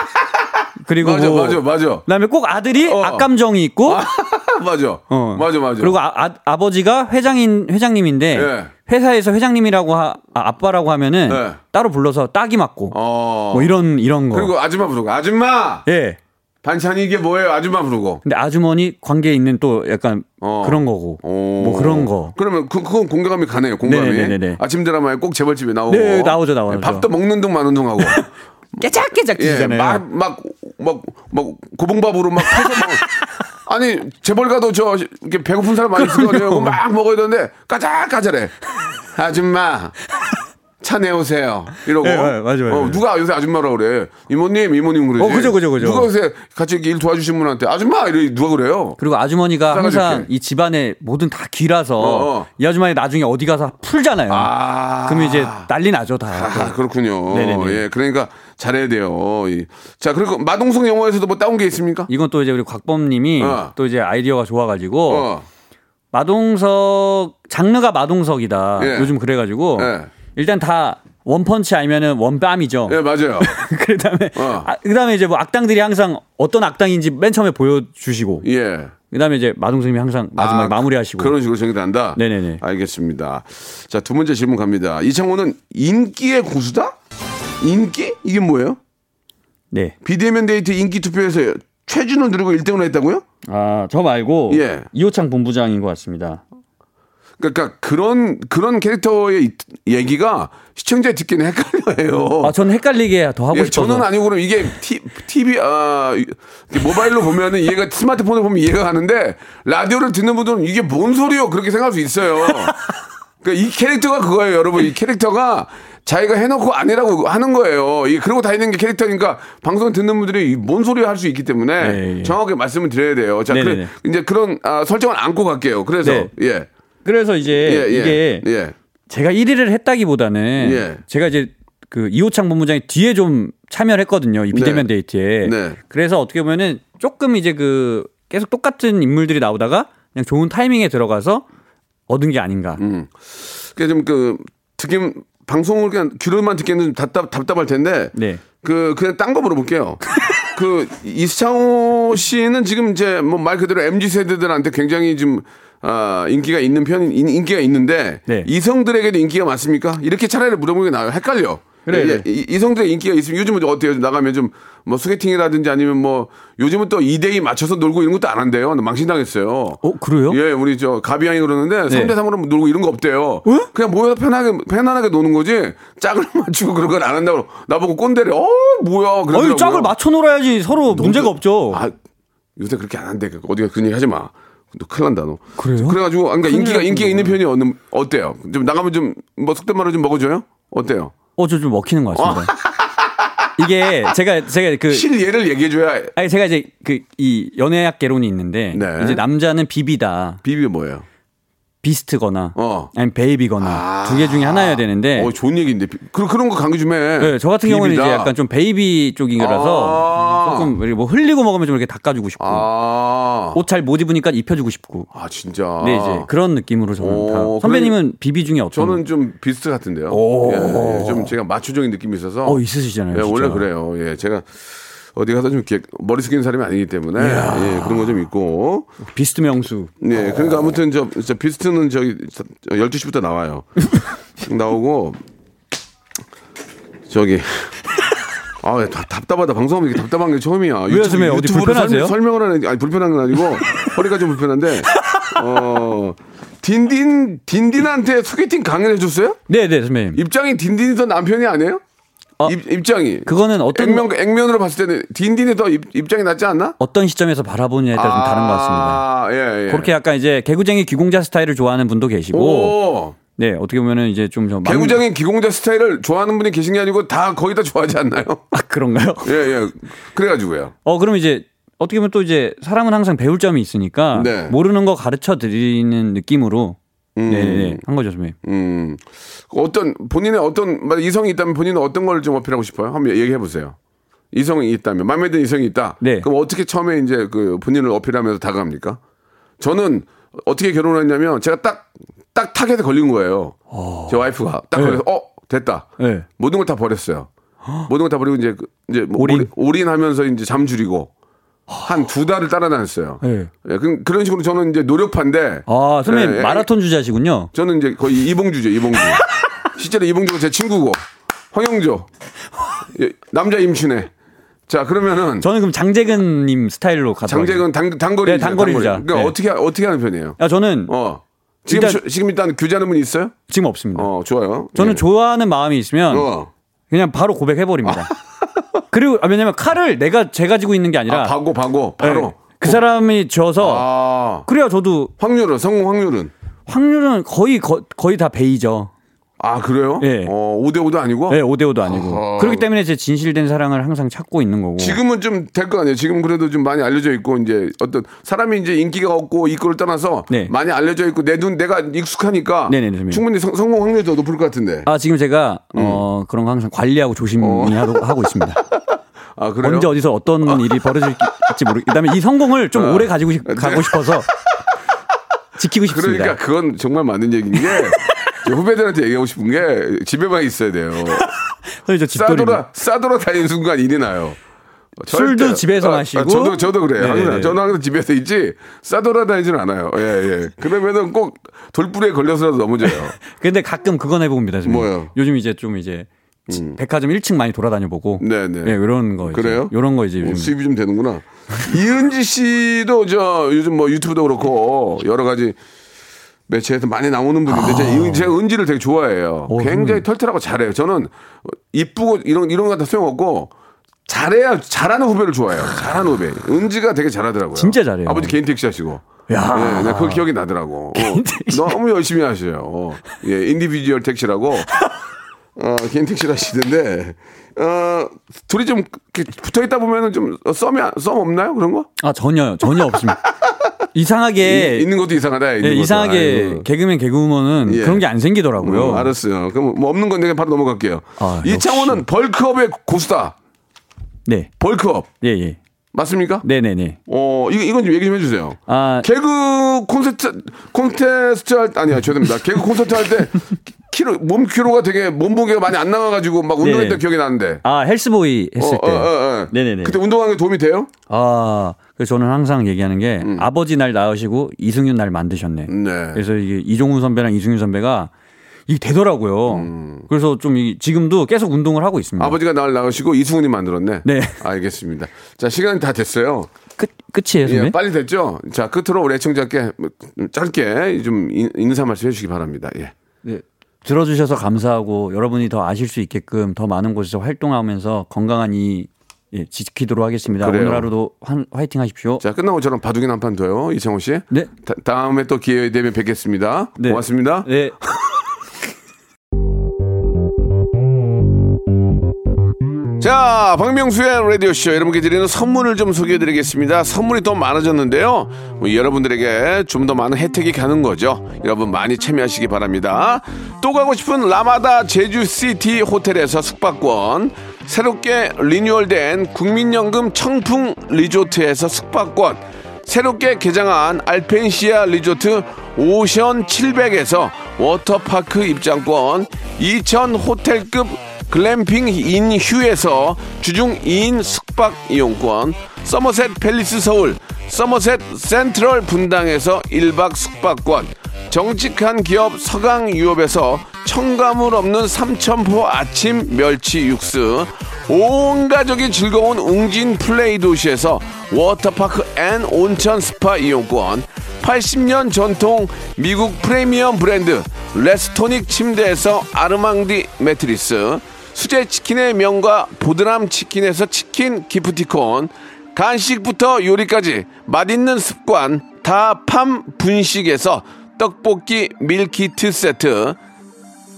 Speaker 5: 그리고
Speaker 1: 맞아,
Speaker 5: 뭐
Speaker 1: 맞아, 맞아.
Speaker 5: 그다음에 꼭 아들이
Speaker 1: 어.
Speaker 5: 악감정이 있고
Speaker 1: 맞아.
Speaker 5: 어.
Speaker 1: 맞아, 맞아.
Speaker 5: 그리고 아, 버지가 회장인 회장님인데
Speaker 1: 예.
Speaker 5: 회사에서 회장님이라고 하, 아, 아빠라고 하면은
Speaker 1: 예.
Speaker 5: 따로 불러서 딱이 맞고
Speaker 1: 어.
Speaker 5: 뭐 이런 이런 거.
Speaker 1: 그리고 아줌마 부르고 아줌마
Speaker 5: 예.
Speaker 1: 반찬이 이게 뭐예요? 아줌마 부르고.
Speaker 5: 근데 아주머니 관계에 있는 또 약간
Speaker 1: 어.
Speaker 5: 그런 거고
Speaker 1: 오.
Speaker 5: 뭐 그런 거.
Speaker 1: 그러면 그, 그건 공감이 가네요. 공감이.
Speaker 5: 네네네네.
Speaker 1: 아침 드라마에 꼭 재벌집에 나오고.
Speaker 5: 네, 나오죠, 나오죠.
Speaker 1: 밥도 먹는 둥 마는 둥 하고.
Speaker 5: 깨작깨작
Speaker 1: 예,
Speaker 5: 드시잖아요.
Speaker 1: 막, 막, 막, 막, 고봉밥으로 막 퍼서 먹 아니, 재벌 가도 저, 이렇게 배고픈 사람 많이 있을 거 아니에요? 막 먹어야 되는데, 까잘까잘해. 아줌마, 차 내오세요. 이러고.
Speaker 5: 예, 예, 맞아요, 맞아요.
Speaker 1: 어, 누가 요새 아줌마라고 그래. 이모님, 이모님 그러지.
Speaker 5: 어, 그죠, 그죠, 그죠.
Speaker 1: 누가 요새 같이 이렇게 일 도와주신 분한테 아줌마! 이래 누가 그래요?
Speaker 5: 그리고 아주머니가
Speaker 1: 싸가지
Speaker 5: 항상
Speaker 1: 없게.
Speaker 5: 이 집안에 뭐든 다 길어서
Speaker 1: 어, 어.
Speaker 5: 이 아주머니 나중에 어디 가서 풀잖아요.
Speaker 1: 아.
Speaker 5: 그러면 이제 난리 나죠 다.
Speaker 1: 아, 그렇군요.
Speaker 5: 네네네.
Speaker 1: 예, 그러니까 잘해야 돼요. 이. 자, 그리고 마동석 영화에서도 뭐 따온 게 있습니까?
Speaker 5: 이건 또 이제 우리 곽범님이
Speaker 1: 어.
Speaker 5: 또 이제 아이디어가 좋아가지고
Speaker 1: 어,
Speaker 5: 마동석 장르가 마동석이다.
Speaker 1: 예.
Speaker 5: 요즘 그래가지고
Speaker 1: 예.
Speaker 5: 일단 다 원펀치 아니면은 원뺨이죠.
Speaker 1: 예, 맞아요.
Speaker 5: 그다음에
Speaker 1: 어.
Speaker 5: 아, 그다음에 이제 뭐 악당들이 항상 어떤 악당인지 맨 처음에 보여주시고
Speaker 1: 예.
Speaker 5: 그다음에 이제 마동석님이 항상 마지막 에
Speaker 1: 아,
Speaker 5: 마무리하시고
Speaker 1: 그런 식으로 정리된다.
Speaker 5: 네네네.
Speaker 1: 알겠습니다. 자, 두 번째 질문 갑니다. 이창호는 인기의 고수다? 인기? 이게 뭐예요?
Speaker 5: 네.
Speaker 1: 비대면 데이트 인기 투표에서 최준을 누르고 1등을 했다고요?
Speaker 5: 아, 저 말고
Speaker 1: 예.
Speaker 5: 이호창 본부장인 것 같습니다.
Speaker 1: 그러니까 그런 그런 캐릭터의 이- 얘기가 시청자 듣기는 헷갈려요.
Speaker 5: 아, 저는 헷갈리게 더 하고
Speaker 1: 어. 예,
Speaker 5: 싶어서.
Speaker 1: 저는 아니고 그럼 이게 티, TV 아 이게 모바일로 보면은 이해가 스마트폰을 보면 이해가 가는데 라디오를 듣는 분들은 이게 뭔 소리요? 그렇게 생각할 수 있어요. 그러니까 이 캐릭터가 그거예요, 여러분. 이 캐릭터가 자기가 해놓고 아니라고 하는 거예요. 이 그러고 다니는 게 캐릭터니까 방송 듣는 분들이 이뭔 소리 할 수 있기 때문에
Speaker 5: 네, 예.
Speaker 1: 정확하게 말씀을 드려야 돼요. 자,
Speaker 5: 네네네.
Speaker 1: 그, 이제 그런 아, 설정을 안고 갈게요. 그래서
Speaker 5: 네.
Speaker 1: 예,
Speaker 5: 그래서 이제
Speaker 1: 예, 예,
Speaker 5: 이게
Speaker 1: 예.
Speaker 5: 제가 1위를 했다기보다는
Speaker 1: 예.
Speaker 5: 제가 이제 그 이호창 본부장이 뒤에 좀 참여를 했거든요. 이 비대면
Speaker 1: 네.
Speaker 5: 데이트에.
Speaker 1: 네.
Speaker 5: 그래서 어떻게 보면은 조금 이제 그 계속 똑같은 인물들이 나오다가 그냥 좋은 타이밍에 들어가서 얻은 게 아닌가.
Speaker 1: 음. 그러니까 좀그 듣기 방송을 그냥 귀로만 듣기에는 좀 답답 답답할 텐데
Speaker 5: 네.
Speaker 1: 그 그냥 딴 거 물어볼게요. 그 이창호 씨는 지금 이제 뭐 말 그대로 mz 세대들한테 굉장히 좀 아, 인기가 있는 편 인- 인기가 있는데
Speaker 5: 네.
Speaker 1: 이성들에게도 인기가 많습니까? 이렇게 차라리 물어보는 게 나아요. 헷갈려. 예,
Speaker 5: 그래, 그래.
Speaker 1: 이- 이성들의 인기가 있으면 요즘은 어때요? 나가면 좀 뭐 소개팅이라든지 아니면 뭐 요즘은 또 2대2 맞춰서 놀고 이런 것도 안 한대요. 나 망신당했어요.
Speaker 5: 어, 그래요?
Speaker 1: 예, 우리 저 가비양이 그러는데
Speaker 5: 네. 어?
Speaker 1: 삼 3대 3으로 놀고 이런 거 없대요. 그냥 모여서 편하게 편안하게 노는 거지. 짝을 맞추고 그런 건 안 한다고 나보고 꼰대래. 어, 뭐야. 그러더라고요.
Speaker 5: 어이 짝을 맞춰 놀아야지 서로 문제가 없죠.
Speaker 1: 아, 요새 그렇게 안 한대. 어디가 그런 얘기 하지 마. 너 큰일 난다 너.
Speaker 5: 그래요?
Speaker 1: 그래 가지고 그러니까
Speaker 5: 큰일
Speaker 1: 인기가 인기가
Speaker 5: 났구나.
Speaker 1: 있는 편이 어느 어때요? 좀 나가면 좀 뭐 속된 말로 좀 먹어 줘요? 어때요?
Speaker 5: 어, 저 좀 먹히는 것 같습니다. 이게 제가 제가 그
Speaker 1: 실예를 얘기해 줘야
Speaker 5: 아니 제가 이제 그 이 연애학 개론이 있는데
Speaker 1: 네.
Speaker 5: 이제 남자는 비비다
Speaker 1: 비비 뭐예요?
Speaker 5: 비스트거나
Speaker 1: 어.
Speaker 5: 아니면 베이비거나 두 개 중에 하나여야 되는데
Speaker 1: 어, 좋은 얘기인데. 비- 그런 그런 거 강의 좀 해.
Speaker 5: 네, 저 같은 경우는 이제
Speaker 1: 비비다.
Speaker 5: 약간 좀 베이비 쪽인
Speaker 1: 아.
Speaker 5: 거라서 조금 이렇게 뭐 흘리고 먹으면 좀 이렇게 닦아주고 싶고
Speaker 1: 아.
Speaker 5: 옷 잘 못 입으니까 입혀주고 싶고
Speaker 1: 아, 진짜.
Speaker 5: 네 이제 그런 느낌으로 저는 다
Speaker 1: 오,
Speaker 5: 선배님은 비비 중에 어떤
Speaker 1: 저는 좀 비스트 같은데요. 예, 예, 좀 제가 마초적인 느낌이 있어서.
Speaker 5: 어, 있으시잖아요,
Speaker 1: 예, 원래
Speaker 5: 진짜.
Speaker 1: 그래요. 예, 제가 어디 가서 좀 이렇게 머리 숙이는 사람이 아니기 때문에 예, 그런 거 좀 있고.
Speaker 5: 비스트 명수
Speaker 1: 예, 그러니까 아무튼 저, 저 비스트는 저기 저- 저 12시부터 나와요. 나오고 저기 아, 왜 답- 답답하다. 방송하면 이게 답답한 게 처음이야. 유튜브-
Speaker 5: 요즘에 어디
Speaker 1: 유튜브로
Speaker 5: 불편하세요?
Speaker 1: 설, 명을 하는 아니 불편한 건 아니고 허리가 좀 불편한데 어 딘딘 딘딘한테 소개팅 강연해 줬어요?
Speaker 5: 네네 선배님
Speaker 1: 입장이 딘딘이 더 남편이 아니에요?
Speaker 5: 어.
Speaker 1: 입, 입장이
Speaker 5: 그거는 어떤
Speaker 1: 액면 액면으로 봤을 때는 딘딘이 더 입, 입장이 낫지 않나?
Speaker 5: 어떤 시점에서 바라보느냐에 따라 좀 다른 것 같습니다.
Speaker 1: 아, 예, 예.
Speaker 5: 그렇게 약간 이제 개구쟁이 귀공자 스타일을 좋아하는 분도 계시고
Speaker 1: 오.
Speaker 5: 네 어떻게 보면은 이제 좀저
Speaker 1: 개구장인 기공자 스타일을 좋아하는 분이 계신 게 아니고 다 거의 다 좋아하지 않나요?
Speaker 5: 아 그런가요?
Speaker 1: 예, 예. 그래가지고요.
Speaker 5: 어, 그럼 이제 어떻게 보면 또 이제 사람은 항상 배울 점이 있으니까
Speaker 1: 네.
Speaker 5: 모르는 거 가르쳐 드리는 느낌으로 네네 한 거죠, 선배님.
Speaker 1: 음. 어떤, 본인의 어떤, 만약 이성이 있다면 본인은 어떤 걸 좀 어필하고 싶어요? 한번 얘기해 보세요. 이성이 있다면, 마음에 드는 이성이 있다?
Speaker 5: 네.
Speaker 1: 그럼 어떻게 처음에 이제 그 본인을 어필하면서 다가갑니까? 저는 어떻게 결혼을 했냐면 제가 딱, 딱 타겟에 걸린 거예요. 제 와이프가 딱 걸려서, 어, 됐다.
Speaker 5: 아. 네.
Speaker 1: 모든 걸 다 버렸어요. 모든 걸 다 버리고 이제 그- 이제 뭐
Speaker 5: 올인?
Speaker 1: 올인? 올인하면서 이제 잠 줄이고 한 두 달을 따라다녔어요.
Speaker 5: 네.
Speaker 1: 예, 그, 그런 식으로 저는 이제 노력파인데
Speaker 5: 아, 선배님
Speaker 1: 예, 예.
Speaker 5: 마라톤 주자시군요.
Speaker 1: 저는 이제 거의 이봉주죠, 이봉주. 실제로 이봉주가 제 친구고 황영조 예, 남자 임춘애. 자 그러면은
Speaker 5: 저는 그럼 장재근 님 스타일로 가서
Speaker 1: 장재근 단, 단거리
Speaker 5: 네, 단거리 주자.
Speaker 1: 그러니까
Speaker 5: 네.
Speaker 1: 어떻게 하- 어떻게 하는 편이에요?
Speaker 5: 야, 아, 저는
Speaker 1: 어 지금
Speaker 5: 일단-
Speaker 1: 쇼- 지금 일단 규자는 분 있어요?
Speaker 5: 지금 없습니다.
Speaker 1: 어 좋아요.
Speaker 5: 저는
Speaker 1: 예.
Speaker 5: 좋아하는 마음이 있으면
Speaker 1: 어.
Speaker 5: 그냥 바로 고백해 버립니다. 그리고 아, 왜냐면 칼을 내가 제 가지고 있는 게 아니라
Speaker 1: 아, 바고 바고 바로
Speaker 5: 네, 그 사람이 져서
Speaker 1: 아
Speaker 5: 그래야 저도
Speaker 1: 확률은 성공 확률은
Speaker 5: 확률은 거의 거, 거의 다 베이죠.
Speaker 1: 아 그래요?
Speaker 5: 예.
Speaker 1: 어, 5대5도 아니고?
Speaker 5: 네, 5대5도 아니고.
Speaker 1: 어.
Speaker 5: 그렇기 때문에 제 진실된 사랑을 항상 찾고 있는 거고.
Speaker 1: 지금은 좀 될 거 아니에요. 지금 그래도 좀 많이 알려져 있고 이제 어떤 사람이 이제 인기가 없고 이거를 떠나서
Speaker 5: 네.
Speaker 1: 많이 알려져 있고 내 눈 내가 익숙하니까
Speaker 5: 네네, 선생님.
Speaker 1: 충분히 성, 공 확률이 더 높을 것 같은데.
Speaker 5: 아, 지금 제가
Speaker 1: 음.
Speaker 5: 어, 그런 거 항상 관리하고 조심히 하고, 하고 있습니다.
Speaker 1: 아, 어. 그래요? 아.
Speaker 5: 언제 어디서 어떤 일이 벌어질지 모르. 그다음에 이 성공을 좀 오래 가지고
Speaker 1: 네.
Speaker 5: 싶- 가고 싶어서 지키고 싶습니다.
Speaker 1: 그러니까 그건 정말 맞는 얘기인 게 후배들한테 얘기하고 싶은 게 집에만 있어야 돼요.
Speaker 8: 선생님 저 집돌이
Speaker 1: 싸돌아 싸돌아 다니는 순간 일이 나요. 어,
Speaker 8: 술도 집에서 마시고.
Speaker 1: 저도 저도 그래요. 항상
Speaker 8: 네네네.
Speaker 1: 저는 항상 집에서 있지 싸돌아 다니지는 않아요. 예 예. 그러면은 꼭 돌부리에 걸려서라도 넘어져요.
Speaker 8: 근데 가끔 그건 해봅니다. 지금.
Speaker 1: 뭐요? 음.
Speaker 8: 요즘 이제 좀 이제 지- 백화점 1층 많이 돌아다녀 보고.
Speaker 1: 네네.
Speaker 8: 예, 이런 거. 이제.
Speaker 1: 그래요?
Speaker 8: 이런 거 이제
Speaker 1: 어,
Speaker 8: 요즘.
Speaker 1: 수입이 좀 되는구나. 이은지 씨도 저 요즘 뭐 유튜브도 그렇고 여러 가지 매체에서 네, 많이 나오는 분인데
Speaker 8: 아.
Speaker 1: 제가, 이은- 제가 은지를 되게
Speaker 8: 어,
Speaker 1: 좋아해요. 굉장히 털털하고 잘해요. 저는 이쁘고 이런 이런 거 다 소용없고 잘해야 잘하는 후배를 좋아해요. 잘하는 후배. 은지가 되게 잘하더라고요.
Speaker 8: 진짜 잘해요.
Speaker 1: 아버지 개인 택시 하시고. 야, 네, 그 기억이 나더라고. 어, 너무 열심히 하셔요. 어, 예, 인디비주얼 택시라고. 어, 개인 택시를 하시는데, 어, 둘이 좀 이렇게 붙어 있다 보면은 좀 썸이, 안- 썸 없나요? 그런 거?
Speaker 8: 아, 전혀요. 전혀 없습니다. 이상하게.
Speaker 1: 있는 것도 이상하다. 있는
Speaker 8: 예,
Speaker 1: 것도.
Speaker 8: 이상하게
Speaker 1: 아이고.
Speaker 8: 개그맨 개그우먼은
Speaker 1: 예.
Speaker 8: 그런 게 안 생기더라고요.
Speaker 1: 음, 알았어요. 그럼 뭐 없는 건데 그냥 바로 넘어갈게요.
Speaker 8: 아,
Speaker 1: 이창호는 벌크업의 고수다.
Speaker 8: 네.
Speaker 1: 벌크업.
Speaker 8: 예, 예.
Speaker 1: 맞습니까?
Speaker 8: 네, 네, 네.
Speaker 1: 어, 이거, 이건 좀 얘기 좀 해주세요.
Speaker 8: 아,
Speaker 1: 개그 콘서트, 콘테스트 할, 아니야, 죄송합니다. 개그 콘서트 할 때, 키로, 몸 키로가 되게, 몸무게가 많이 안 나가가지고 막
Speaker 8: 네.
Speaker 1: 운동했던 기억이 나는데.
Speaker 8: 아, 헬스보이 했을
Speaker 1: 어,
Speaker 8: 때.
Speaker 1: 어, 어, 어.
Speaker 8: 네네네.
Speaker 1: 그때 운동하는 게 도움이 돼요?
Speaker 8: 아, 그래서 저는 항상 얘기하는 게
Speaker 1: 음.
Speaker 8: 아버지 날 낳으시고 이승윤 날 만드셨네.
Speaker 1: 네.
Speaker 8: 그래서 이게 이종훈 선배랑 이승윤 선배가 이게 되더라고요. 그래서 좀 이- 지금도 계속 운동을 하고 있습니다.
Speaker 1: 음. 아버지가 나를 낳으시고 이승훈이 만들었네.
Speaker 8: 네.
Speaker 1: 알겠습니다. 자, 시간이 다 됐어요.
Speaker 8: 끝 끝이에요, 선배?
Speaker 1: 예, 빨리 됐죠? 자, 끝으로 우리 애청자께 뭐, 짧게 좀 인- 인사 말씀 해주시기 바랍니다. 예.
Speaker 8: 네. 들어주셔서 감사하고 여러분이 더 아실 수 있게끔 더 많은 곳에서 활동하면서 건강한 이 예, 지키도록 하겠습니다.
Speaker 1: 그래요.
Speaker 8: 오늘 하루도 환- 화이팅 하십시오.
Speaker 1: 자, 끝나고 저랑 바둑이 한판 둬요. 이창호 씨.
Speaker 8: 네.
Speaker 1: 다, 다음에 또 기회 되면 뵙겠습니다.
Speaker 8: 네.
Speaker 1: 고맙습니다.
Speaker 8: 네.
Speaker 1: 자, 박명수의 라디오쇼 여러분께 드리는 선물을 좀 소개해 드리겠습니다. 선물이 더 많아졌는데요. 뭐 여러분들에게 좀 더 많은 혜택이 가는 거죠. 여러분 많이 참여하시기 바랍니다. 또 가고 싶은 라마다 제주시티 호텔에서 숙박권, 새롭게 리뉴얼된 국민연금 청풍 리조트에서 숙박권, 새롭게 개장한 알펜시아 리조트 오션 700에서 워터파크 입장권, 2000 호텔급 글램핑 인 휴에서 주중 2인 숙박 이용권, 서머셋 팰리스 서울, 서머셋 센트럴 분당에서 1박 숙박권, 정직한 기업 서강 유업에서 청가물 없는 삼천포 아침 멸치 육수, 온 가족이 즐거운 웅진 플레이 도시에서 워터파크 앤 온천 스파 이용권, 80년 전통 미국 프리미엄 브랜드 레스토닉 침대에서 아르망디 매트리스 수제 치킨의 명가 보드람 치킨에서 치킨 기프티콘 간식부터 요리까지 맛있는 습관 다팜 분식에서 떡볶이 밀키트 세트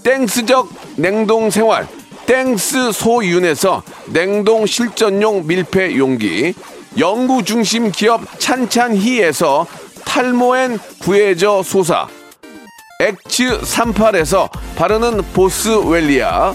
Speaker 1: 땡스적 냉동 생활 땡스 소윤에서 냉동 실전용 밀폐 용기 연구 중심 기업 찬찬히에서 탈모엔 구해저 소사 엑츠 38에서 바르는 보스웰리아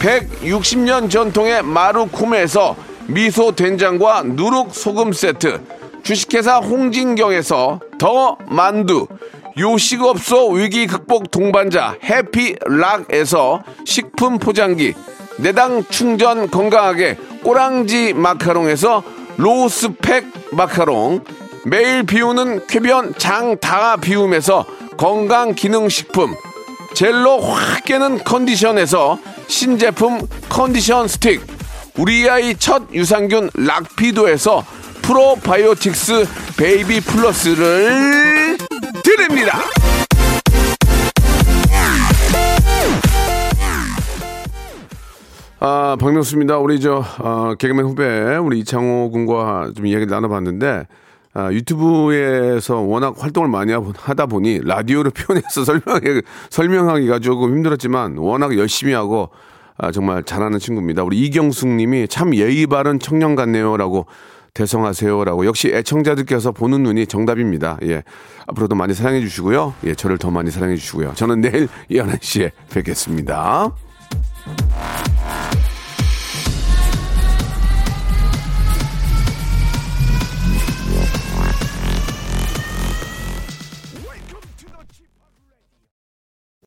Speaker 1: 160년 전통의 마루코메에서 미소 된장과 누룩 소금 세트 주식회사 홍진경에서 더 만두 요식업소 위기 극복 동반자 해피락에서 식품 포장기 내당 충전 건강하게 꼬랑지 마카롱에서 로스팩 마카롱 매일 비우는 쾌변 장다 비움에서 건강기능식품 젤로 확 깨는 컨디션에서 신제품 컨디션 스틱 우리 아이 첫 유산균 락피도에서 프로바이오틱스 베이비 플러스를 드립니다 아, 박명수입니다. 우리 저 어, 개그맨 후배 우리 이창호 군과 좀 이야기를 나눠봤는데 아, 유튜브에서 워낙 활동을 많이 하- 하다 보니 라디오로 표현해서 설명하기, 설명하기가 조금 힘들었지만 워낙 열심히 하고 아, 정말 잘하는 친구입니다. 우리 이경숙님이 참 예의 바른 청년 같네요라고 대성하세요라고 역시 애청자들께서 보는 눈이 정답입니다. 예 앞으로도 많이 사랑해 주시고요. 예 저를 더 많이 사랑해 주시고요. 저는 내일 11시에 뵙겠습니다.